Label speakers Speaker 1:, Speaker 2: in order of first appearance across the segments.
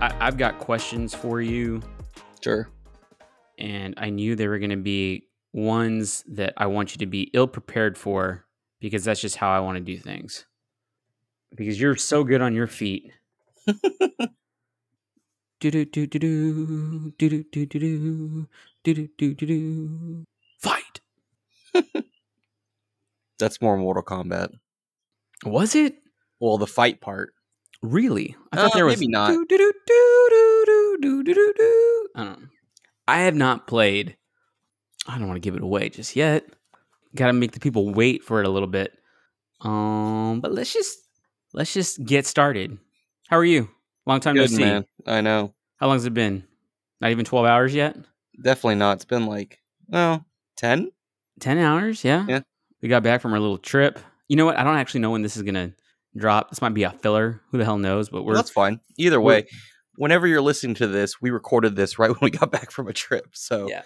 Speaker 1: I've got questions for you,
Speaker 2: Sure.
Speaker 1: and I knew they were going to be ones that I want you to be ill prepared for because that's just how I want to do things. Because you're so good on your feet. Do do do do do do do do do do do do do do fight.
Speaker 2: That's more Mortal Kombat.
Speaker 1: Was it
Speaker 2: Well, the fight part.
Speaker 1: really? I
Speaker 2: Uh, maybe not.
Speaker 1: do do do do do do do do. I don't. know. I have not played. I don't want to give it away just yet. Got to make the people wait for it a little bit. Um, but let's just let's just get started. How are you? Long time no
Speaker 2: Good
Speaker 1: see.
Speaker 2: man. I know.
Speaker 1: How long has it been? Not even twelve hours yet.
Speaker 2: Definitely not. It's been like no ten.
Speaker 1: 10 hours yeah
Speaker 2: Yeah.
Speaker 1: we got back from our little trip you know what i don't actually know when this is gonna drop this might be a filler who the hell knows but we're
Speaker 2: Well, that's fine. Either
Speaker 1: we're-
Speaker 2: way, whenever you're listening to this, we recorded this right when we got back from a trip. So
Speaker 1: yeah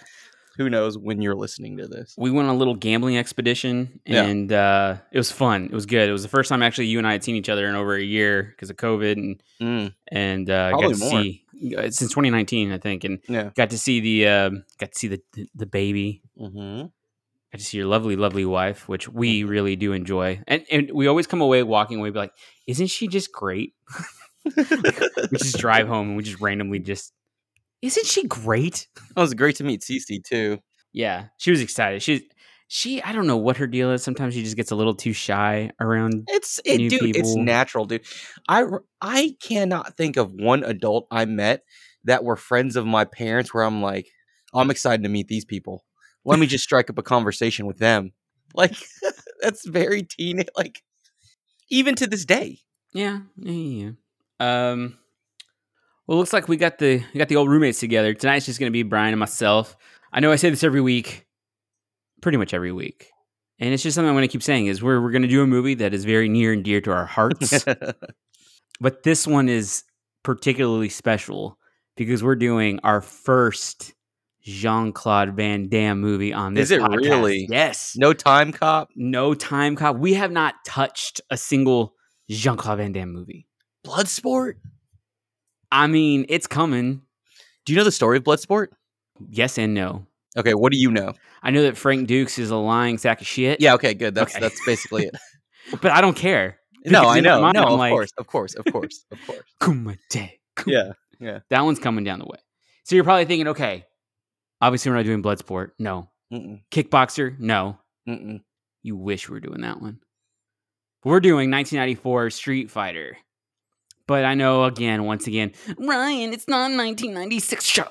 Speaker 2: who knows when you're listening to this?
Speaker 1: we went on a little gambling expedition
Speaker 2: Yeah.
Speaker 1: and uh, it was fun it was good it was the first time actually you and i had seen each other in over a year because of covid and
Speaker 2: Mm,
Speaker 1: and uh, got
Speaker 2: Probably
Speaker 1: to
Speaker 2: more.
Speaker 1: see uh, since 2019 i think and
Speaker 2: yeah.
Speaker 1: got to see the um got to see the the, the baby mm-hmm.
Speaker 2: hmm
Speaker 1: got to see your lovely lovely wife which we really do enjoy and and we always come away walking away be like isn't she just great we just drive home and we just randomly just isn't she great
Speaker 2: It was great to meet Cece too.
Speaker 1: yeah she was excited she's she i don't know what her deal is sometimes she just gets a little too shy around
Speaker 2: It's it,
Speaker 1: New
Speaker 2: dude. It's
Speaker 1: people.
Speaker 2: natural, dude. I r- I cannot think of one adult I met that were friends of my parents where I'm like, I'm excited to meet these people. Let me just strike up a conversation with them. Like that's very teen. Like even to this day.
Speaker 1: yeah yeah, yeah yeah. um well looks like we got the we got the old roommates together tonight's just gonna be brian and myself i know i say this every week pretty much every week and it's just something i'm gonna keep saying is we're, we're gonna do a movie that is very near and dear to our hearts but this one is particularly special because we're doing our first Jean-Claude Van Damme movie on this
Speaker 2: Is it
Speaker 1: podcast.
Speaker 2: really?
Speaker 1: Yes.
Speaker 2: no time cop.
Speaker 1: No time cop. We have not touched a single Jean-Claude Van Damme movie.
Speaker 2: Bloodsport.
Speaker 1: I mean, it's coming.
Speaker 2: Do you know the story of Bloodsport?
Speaker 1: Yes and no.
Speaker 2: Okay, what do you know?
Speaker 1: I know that Frank Dukes is a lying sack of shit.
Speaker 2: Yeah, okay, good. That's
Speaker 1: Okay.
Speaker 2: that's basically it.
Speaker 1: But I don't care.
Speaker 2: no,
Speaker 1: Because
Speaker 2: I
Speaker 1: in my
Speaker 2: know.
Speaker 1: mind,
Speaker 2: no,
Speaker 1: I'm
Speaker 2: of
Speaker 1: like-
Speaker 2: course, of course, of course, of course.
Speaker 1: Kumite. Kum-
Speaker 2: Yeah.
Speaker 1: That one's coming down the way. So you're probably thinking, okay, obviously we're not doing Bloodsport. No.
Speaker 2: Mm-mm,
Speaker 1: Kickboxer? No.
Speaker 2: mm-mm.
Speaker 1: You wish we were doing that one. We're doing 1994 Street Fighter. But I know again, once again, Ryan, it's not 1996 show.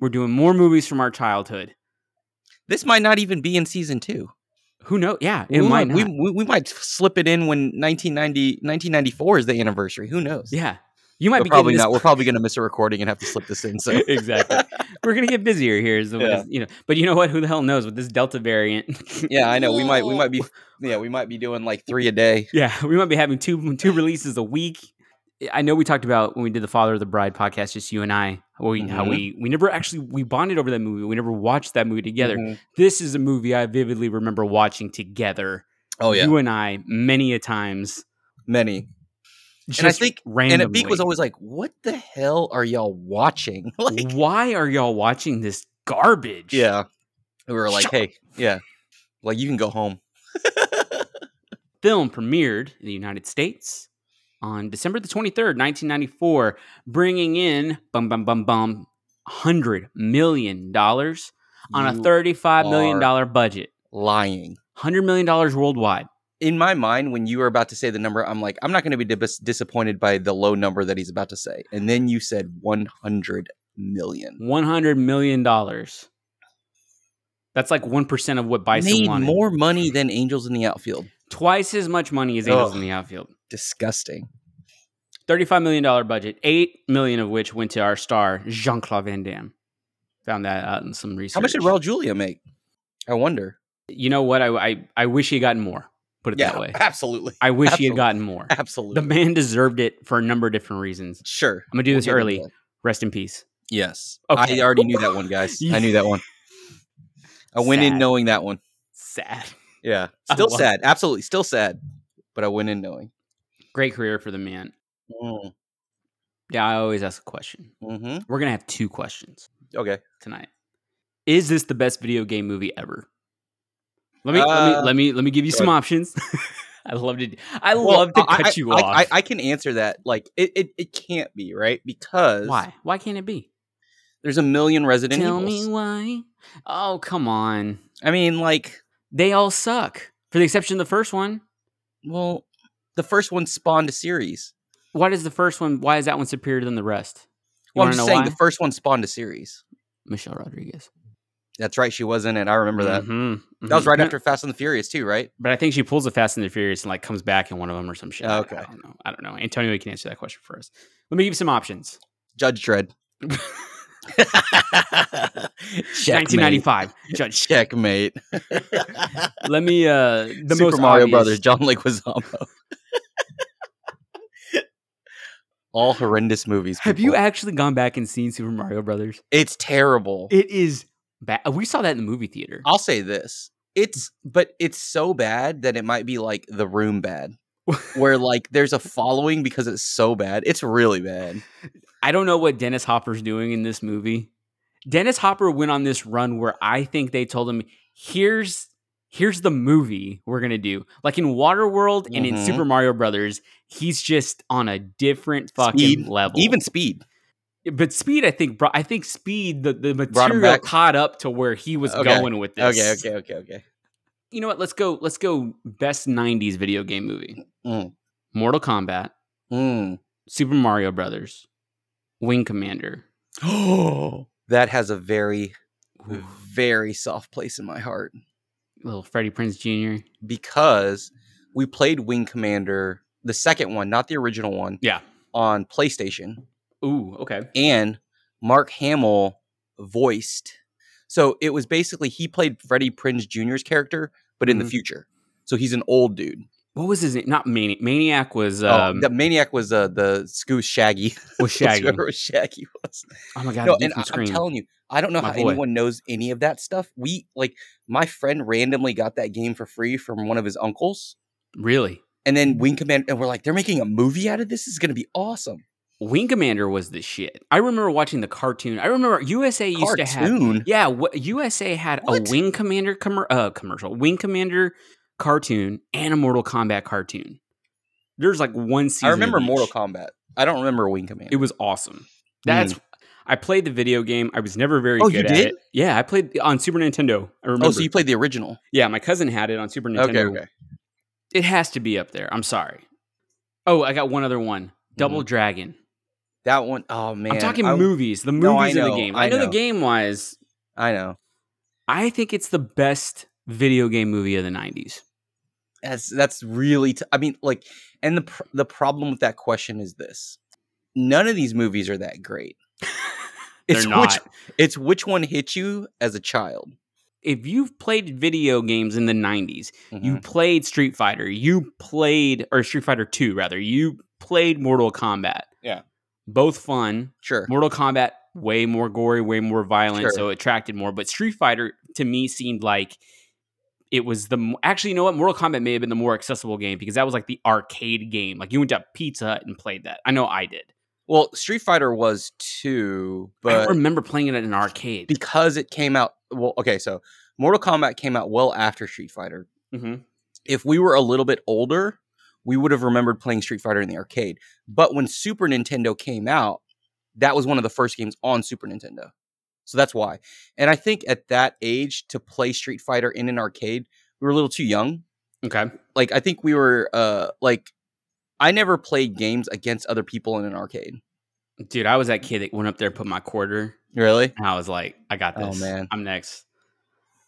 Speaker 1: We're doing more movies from our childhood.
Speaker 2: This might not even be in season two.
Speaker 1: Who knows? Yeah,
Speaker 2: We
Speaker 1: it might
Speaker 2: might,
Speaker 1: not.
Speaker 2: we, we, we might slip it in when 1990, 1994 is the anniversary. Who knows?
Speaker 1: yeah. You might
Speaker 2: We're
Speaker 1: be
Speaker 2: probably
Speaker 1: getting this-
Speaker 2: not. We're probably going to miss a recording and have to slip this in. So
Speaker 1: exactly. We're gonna get busier here, is the
Speaker 2: Yeah.
Speaker 1: is- you know. But you know what? Who the hell knows with this Delta variant?
Speaker 2: yeah, I know we might we might be yeah we might be doing like three a day.
Speaker 1: Yeah, we might be having two two releases a week. I know we talked about when we did the Father of the Bride podcast, just you and I. How we, how
Speaker 2: Mhm.
Speaker 1: we we never actually we bonded over that movie. We never watched that movie together.
Speaker 2: Mhm.
Speaker 1: This is a movie I vividly remember watching together.
Speaker 2: Oh yeah,
Speaker 1: you and I many a times.
Speaker 2: many.
Speaker 1: Just
Speaker 2: And I think
Speaker 1: randomly.
Speaker 2: and Abik was always like, "What the hell are y'all watching?" like
Speaker 1: why are y'all watching this garbage?
Speaker 2: yeah, we were like,
Speaker 1: Shut
Speaker 2: "Hey, yeah, like you can go home."
Speaker 1: film premiered in the United States on December the 23rd, 1994, bringing in bum bum bum bum 100 million dollars on a
Speaker 2: You
Speaker 1: 35 million
Speaker 2: are-
Speaker 1: dollar budget.
Speaker 2: lying.
Speaker 1: 100 million dollars worldwide.
Speaker 2: in my mind, when you were about to say the number, I'm like, I'm not going to be dis- disappointed by the low number that he's about to say. And then you said 100 million.
Speaker 1: 100 million dollars. That's like 1% of what Bison
Speaker 2: Made
Speaker 1: wanted.
Speaker 2: more money than Angels in the Outfield.
Speaker 1: Twice as much money as Angels
Speaker 2: Ugh.
Speaker 1: in the outfield.
Speaker 2: Disgusting.
Speaker 1: $35 million budget, 8 million of which went to our star Jean-Claude Van Damme. Found that out in some research.
Speaker 2: How much did Raul Julia make? I wonder.
Speaker 1: you know what? I, I I wish he had gotten more. Put it that way.
Speaker 2: absolutely.
Speaker 1: I wish he had
Speaker 2: absolutely.
Speaker 1: gotten more. The
Speaker 2: Absolutely.
Speaker 1: man deserved it for a number of different reasons.
Speaker 2: sure.
Speaker 1: I'm gonna do
Speaker 2: We'll
Speaker 1: this
Speaker 2: get into
Speaker 1: early.
Speaker 2: that.
Speaker 1: Rest in peace.
Speaker 2: Yes.
Speaker 1: Okay.
Speaker 2: I already knew that one, guys. I knew that one. I went in
Speaker 1: Sad.
Speaker 2: knowing that one.
Speaker 1: Sad.
Speaker 2: Yeah.
Speaker 1: I
Speaker 2: Still
Speaker 1: love-
Speaker 2: sad. Absolutely. Still sad. But I went in knowing.
Speaker 1: Mm-hmm. Great career for the man.
Speaker 2: Mm.
Speaker 1: Yeah, I always ask a question.
Speaker 2: Mm-hmm.
Speaker 1: We're gonna have two questions
Speaker 2: Okay.
Speaker 1: tonight. Is this the best video game movie ever? Let me let
Speaker 2: Uh,
Speaker 1: me let me let me give you
Speaker 2: go
Speaker 1: some options. I love to I
Speaker 2: Well,
Speaker 1: love to
Speaker 2: I-
Speaker 1: cut
Speaker 2: I-
Speaker 1: you
Speaker 2: I-
Speaker 1: off.
Speaker 2: I, I can answer that. Like it, it, it can't be right because
Speaker 1: Why? Why can't it be?
Speaker 2: There's a million Resident
Speaker 1: Tell
Speaker 2: Evils.
Speaker 1: me why. Oh come on.
Speaker 2: I mean, like,
Speaker 1: They all suck. For the exception of the first one.
Speaker 2: well, the first one spawned a series.
Speaker 1: Why does the first one why is that one superior than the rest? You
Speaker 2: Well, I'm
Speaker 1: wanna
Speaker 2: just
Speaker 1: know
Speaker 2: saying
Speaker 1: why?
Speaker 2: the first one spawned a series.
Speaker 1: Michelle Rodriguez.
Speaker 2: That's right. She was in it. I remember that.
Speaker 1: Mhm, mhm.
Speaker 2: That was right
Speaker 1: No,
Speaker 2: after Fast and the Furious, too, right?
Speaker 1: But I think she pulls a Fast and the Furious and like comes back in one of them or some shit. I-
Speaker 2: Okay.
Speaker 1: I don't know. I don't know. Antonio you can answer that question for us. Let me give you some options.
Speaker 2: Judge Dredd. Checkmate.
Speaker 1: 1995. Judge.
Speaker 2: Checkmate.
Speaker 1: Let me. Uh, the
Speaker 2: Super
Speaker 1: most
Speaker 2: Mario
Speaker 1: obvious.
Speaker 2: Brothers. John Leguizamo. All horrendous movies.
Speaker 1: Have you
Speaker 2: people.
Speaker 1: actually gone back and seen Super Mario Brothers?
Speaker 2: It's terrible.
Speaker 1: It is bad. We saw that in the movie theater.
Speaker 2: I'll say this. It's but it's so bad that it might be like the room bad. where like there's a following because it's so bad. It's really bad.
Speaker 1: I don't know what Dennis Hopper's doing in this movie. Dennis Hopper went on this run where I think they told him, "Here's here's the movie we're gonna do." Like in Waterworld and in
Speaker 2: Mhm.
Speaker 1: Super Mario Brothers, he's just on a different fucking
Speaker 2: Speed.
Speaker 1: level.
Speaker 2: Even Speed.
Speaker 1: but Speed, I think, brought, I think Speed the the
Speaker 2: Brought him
Speaker 1: material
Speaker 2: back.
Speaker 1: caught up to where he was
Speaker 2: Okay.
Speaker 1: going with this.
Speaker 2: Okay, okay, okay, okay.
Speaker 1: You know what? Let's go. Let's go. Best '90s video game movie:
Speaker 2: Mm.
Speaker 1: Mortal Kombat,
Speaker 2: Mm.
Speaker 1: Super Mario Brothers, Wing Commander.
Speaker 2: Oh, that has a very,
Speaker 1: Ooh,
Speaker 2: very soft place in my heart
Speaker 1: little Freddie Prince Jr.
Speaker 2: because we played Wing Commander, the second one, not the original one,
Speaker 1: Yeah.
Speaker 2: on PlayStation,
Speaker 1: Ooh, okay.
Speaker 2: and Mark Hamill voiced. So it was basically he played Freddie Prinze Jr.'s character, but in the
Speaker 1: Mhm.
Speaker 2: future. So he's an old dude.
Speaker 1: What was his name? Not Maniac. Maniac was
Speaker 2: oh,
Speaker 1: um,
Speaker 2: the maniac was uh, the Scoo Shaggy.
Speaker 1: was
Speaker 2: That's
Speaker 1: Shaggy.
Speaker 2: whoever Shaggy was.
Speaker 1: Oh my god!
Speaker 2: no,
Speaker 1: the dude
Speaker 2: and
Speaker 1: from
Speaker 2: I, am
Speaker 1: Scream.
Speaker 2: telling you, I don't know
Speaker 1: My
Speaker 2: how
Speaker 1: boy.
Speaker 2: anyone knows any of that stuff. We like my friend randomly got that game for free from one of his uncles,
Speaker 1: really,
Speaker 2: and
Speaker 1: Mm-hmm.
Speaker 2: then Wing Command, and we're like, they're making a movie out of this. This is gonna be awesome.
Speaker 1: Wing Commander was the shit. I remember watching the cartoon. I remember USA used to have
Speaker 2: Cartoon.
Speaker 1: Yeah, wha- USA had
Speaker 2: What?
Speaker 1: a Wing Commander commer uh, commercial, Wing Commander cartoon, and a Mortal Kombat cartoon. There's like one season.
Speaker 2: I
Speaker 1: of
Speaker 2: remember Mortal
Speaker 1: each.
Speaker 2: Kombat. I don't remember Wing Command.
Speaker 1: It was awesome. That's. I played the video game. I was never very
Speaker 2: Hmm. Oh,
Speaker 1: good
Speaker 2: you
Speaker 1: at
Speaker 2: did?
Speaker 1: it. Yeah, I played on Super Nintendo. I remember.
Speaker 2: oh, so you played the original?
Speaker 1: yeah, my cousin had it on Super Nintendo.
Speaker 2: Okay, okay.
Speaker 1: It has to be up there. I'm sorry. Oh, I got one other one. Double Dragon.
Speaker 2: That one oh Mm-hmm. man,
Speaker 1: I'm talking
Speaker 2: I,
Speaker 1: movies. The
Speaker 2: No, I
Speaker 1: movies in the
Speaker 2: know,
Speaker 1: game.
Speaker 2: I
Speaker 1: I know the
Speaker 2: know.
Speaker 1: game wise.
Speaker 2: I know
Speaker 1: I think it's the best video game movie of the 90s.
Speaker 2: that's that's really. T- I mean, like, and the pr- the problem with that question is this: none of these movies are that great.
Speaker 1: They're
Speaker 2: It's
Speaker 1: not.
Speaker 2: which It's which one hit you as a child.
Speaker 1: if you've played video games in the 90s,
Speaker 2: Mm-hmm.
Speaker 1: you played Street Fighter, you played, or Street Fighter 2, rather, you played Mortal Kombat.
Speaker 2: Yeah.
Speaker 1: Both fun.
Speaker 2: sure.
Speaker 1: Mortal Kombat, way more gory, way more violent,
Speaker 2: Sure.
Speaker 1: so it attracted more. But Street Fighter, to me, seemed like it was the. mo- Actually, you know what? Mortal Kombat may have been the more accessible game because that was like the arcade game. Like you went to Pizza Hut and played that. I know I did.
Speaker 2: Well, Street Fighter was too,
Speaker 1: I
Speaker 2: but
Speaker 1: don't remember playing it at an arcade.
Speaker 2: because it came out well, okay, so Mortal Kombat came out well after Street Fighter.
Speaker 1: hmm
Speaker 2: If we were a little bit older, we would have remembered playing Street Fighter in the arcade. But when Super Nintendo came out, that was one of the first games on Super Nintendo. So that's why. And I think at that age to play Street Fighter in an arcade, we were a little too young.
Speaker 1: Okay.
Speaker 2: like I think we were uh like I never played games against other people in an arcade.
Speaker 1: Dude, I was that kid that went up there, put my quarter,
Speaker 2: Really?
Speaker 1: and I was like, I got
Speaker 2: Oh,
Speaker 1: this.
Speaker 2: man.
Speaker 1: I'm next.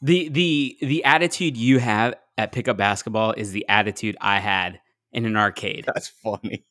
Speaker 1: The the the attitude you have at pickup basketball is the attitude I had in an arcade.
Speaker 2: That's funny.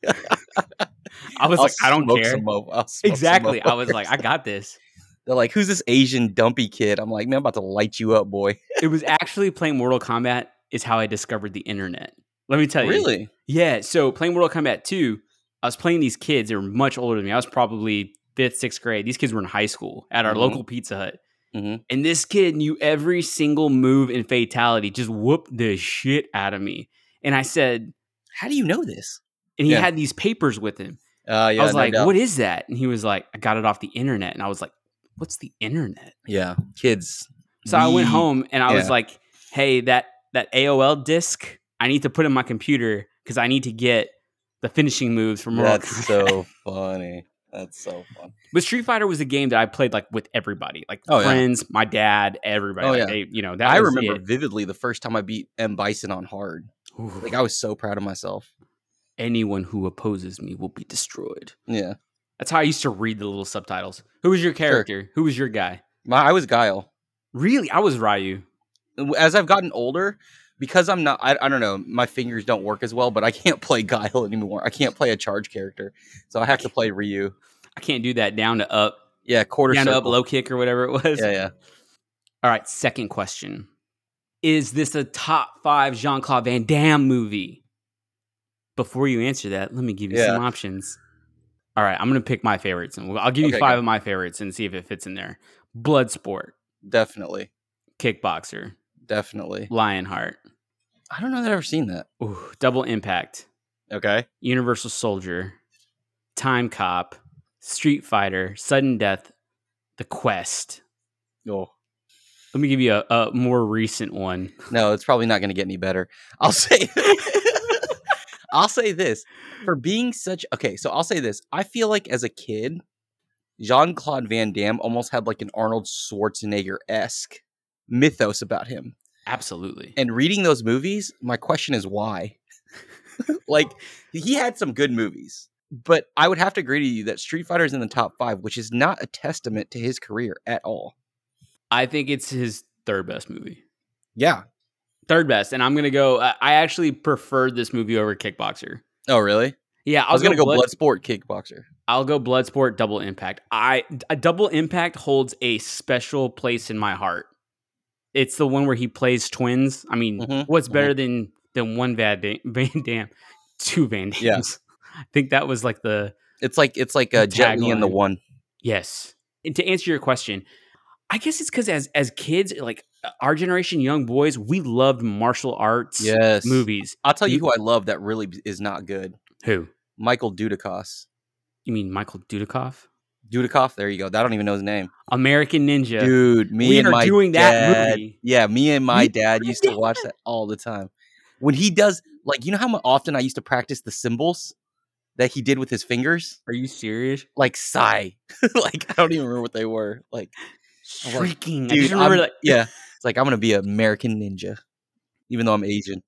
Speaker 1: I was
Speaker 2: I'll
Speaker 1: like, I don't
Speaker 2: smoke
Speaker 1: care.
Speaker 2: some mo- I'll smoke some
Speaker 1: Exactly. I was
Speaker 2: motherfuckers.
Speaker 1: like, I got this.
Speaker 2: They're like, who's this Asian dumpy kid? I'm like, man, I'm about to light you up, boy.
Speaker 1: It was actually playing Mortal Kombat is how I discovered the internet. Let me tell you.
Speaker 2: Really?
Speaker 1: Yeah. So playing Mortal Kombat 2, I was playing these kids. They were much older than me. I was probably fifth, sixth grade. These kids were in high school at our
Speaker 2: Mhm.
Speaker 1: local Pizza Hut.
Speaker 2: Mhm.
Speaker 1: And this kid knew every single move and fatality, just whooped the shit out of me. And I said,
Speaker 2: How do you know this?
Speaker 1: and he
Speaker 2: Yeah.
Speaker 1: had these papers with him.
Speaker 2: Uh, yeah,
Speaker 1: I was
Speaker 2: no
Speaker 1: like,
Speaker 2: doubt.
Speaker 1: what is that? And he was like, I got it off the internet. And I was like, what's the internet?
Speaker 2: yeah, kids.
Speaker 1: So I went
Speaker 2: We-
Speaker 1: home and I was
Speaker 2: yeah.
Speaker 1: like, hey, that that AOL disc, I need to put in my computer because I need to get the finishing moves from Mortal
Speaker 2: That's
Speaker 1: Kombat.
Speaker 2: so funny. That's so fun.
Speaker 1: But Street Fighter was a game that I played like with everybody, like
Speaker 2: Oh, yeah.
Speaker 1: friends, my dad, everybody.
Speaker 2: Oh,
Speaker 1: Like,
Speaker 2: yeah.
Speaker 1: they- you know, that
Speaker 2: I
Speaker 1: was
Speaker 2: remember
Speaker 1: it.
Speaker 2: vividly the first time I beat M Bison on hard.
Speaker 1: Ooh,
Speaker 2: Like I was so proud of myself.
Speaker 1: anyone who opposes me will be destroyed.
Speaker 2: Yeah,
Speaker 1: That's how I used to read the little subtitles. Who was your character? Who was your guy?
Speaker 2: my, I was Guile.
Speaker 1: Really, I was Ryu.
Speaker 2: As I've gotten older, because I'm not, I, I don't know, my fingers don't work as well, but I can't play Guile anymore. I can't play a charge character, so I have to play Ryu.
Speaker 1: I can't do that down to up,
Speaker 2: Yeah, quarter
Speaker 1: down to up
Speaker 2: circle.
Speaker 1: low kick or whatever it was.
Speaker 2: Yeah, yeah.
Speaker 1: All right, second question. Is this a top five Jean Claude Van Damme movie? Before you answer that, let me give you
Speaker 2: Yeah.
Speaker 1: some options. All right, I'm going to pick my favorites and we'll- I'll give you
Speaker 2: Okay,
Speaker 1: five
Speaker 2: go.
Speaker 1: of my favorites and see if it fits in there Bloodsport,
Speaker 2: Definitely,
Speaker 1: Kickboxer,
Speaker 2: definitely.
Speaker 1: Lionheart,
Speaker 2: I don't know that I've ever seen that.
Speaker 1: ooh, Double Impact,
Speaker 2: Okay.
Speaker 1: Universal Soldier, Time Cop, Street Fighter, Sudden Death, The Quest.
Speaker 2: Oh.
Speaker 1: Let me give you a, a more recent one.
Speaker 2: No, it's probably not going to get any better. I'll say I'll say this for being such okay, so I'll say this. I feel like as a kid, Jean-Claude Van Damme almost had like an Arnold Schwarzenegger-esque mythos about him.
Speaker 1: Absolutely.
Speaker 2: And reading those movies, my question is why? like he had some good movies, but I would have to agree to you that Street Fighter's in the top 5, which is not a testament to his career at all.
Speaker 1: I think it's his third best movie.
Speaker 2: Yeah.
Speaker 1: Third best, and I'm gonna go. I I actually preferred this movie over Kickboxer.
Speaker 2: Oh, really?
Speaker 1: Yeah,
Speaker 2: I was going to go
Speaker 1: Blood-
Speaker 2: Bloodsport Kickboxer.
Speaker 1: I'll go Bloodsport, Double Impact. I a Double Impact holds a special place in my heart. It's the one where he plays twins. I mean,
Speaker 2: Mhm,
Speaker 1: what's better than than one Van Dam, Van Dam two Van Dams?
Speaker 2: Yeah.
Speaker 1: I think that was like the
Speaker 2: It's like it's like uh,
Speaker 1: The
Speaker 2: Jet Li and the
Speaker 1: tagline.
Speaker 2: one.
Speaker 1: Yes. And to answer your question, I guess it's because as as kids, like our generation, young boys, we loved martial arts
Speaker 2: Yes.
Speaker 1: movies.
Speaker 2: I'll tell you
Speaker 1: You-
Speaker 2: who I love that really is not good.
Speaker 1: Who?
Speaker 2: Michael Dudikoff.
Speaker 1: You mean Michael Dudikoff?
Speaker 2: Dudikoff, there you go. I don't even know his name.
Speaker 1: American Ninja.
Speaker 2: Dude, me
Speaker 1: we
Speaker 2: and
Speaker 1: are
Speaker 2: my
Speaker 1: doing that
Speaker 2: dad,
Speaker 1: movie.
Speaker 2: Yeah, me and my
Speaker 1: Me-
Speaker 2: dad used to watch that all the time. When he does, like, you know how mu- often I used to practice the symbols that he did with his fingers?
Speaker 1: Are you serious?
Speaker 2: Like sigh. like I don't even remember what they were. Like, was like,
Speaker 1: Shrieking. I
Speaker 2: dude,
Speaker 1: just remember
Speaker 2: I'm-
Speaker 1: like
Speaker 2: yeah, it's like I'm gonna be an American ninja, even though I'm Asian.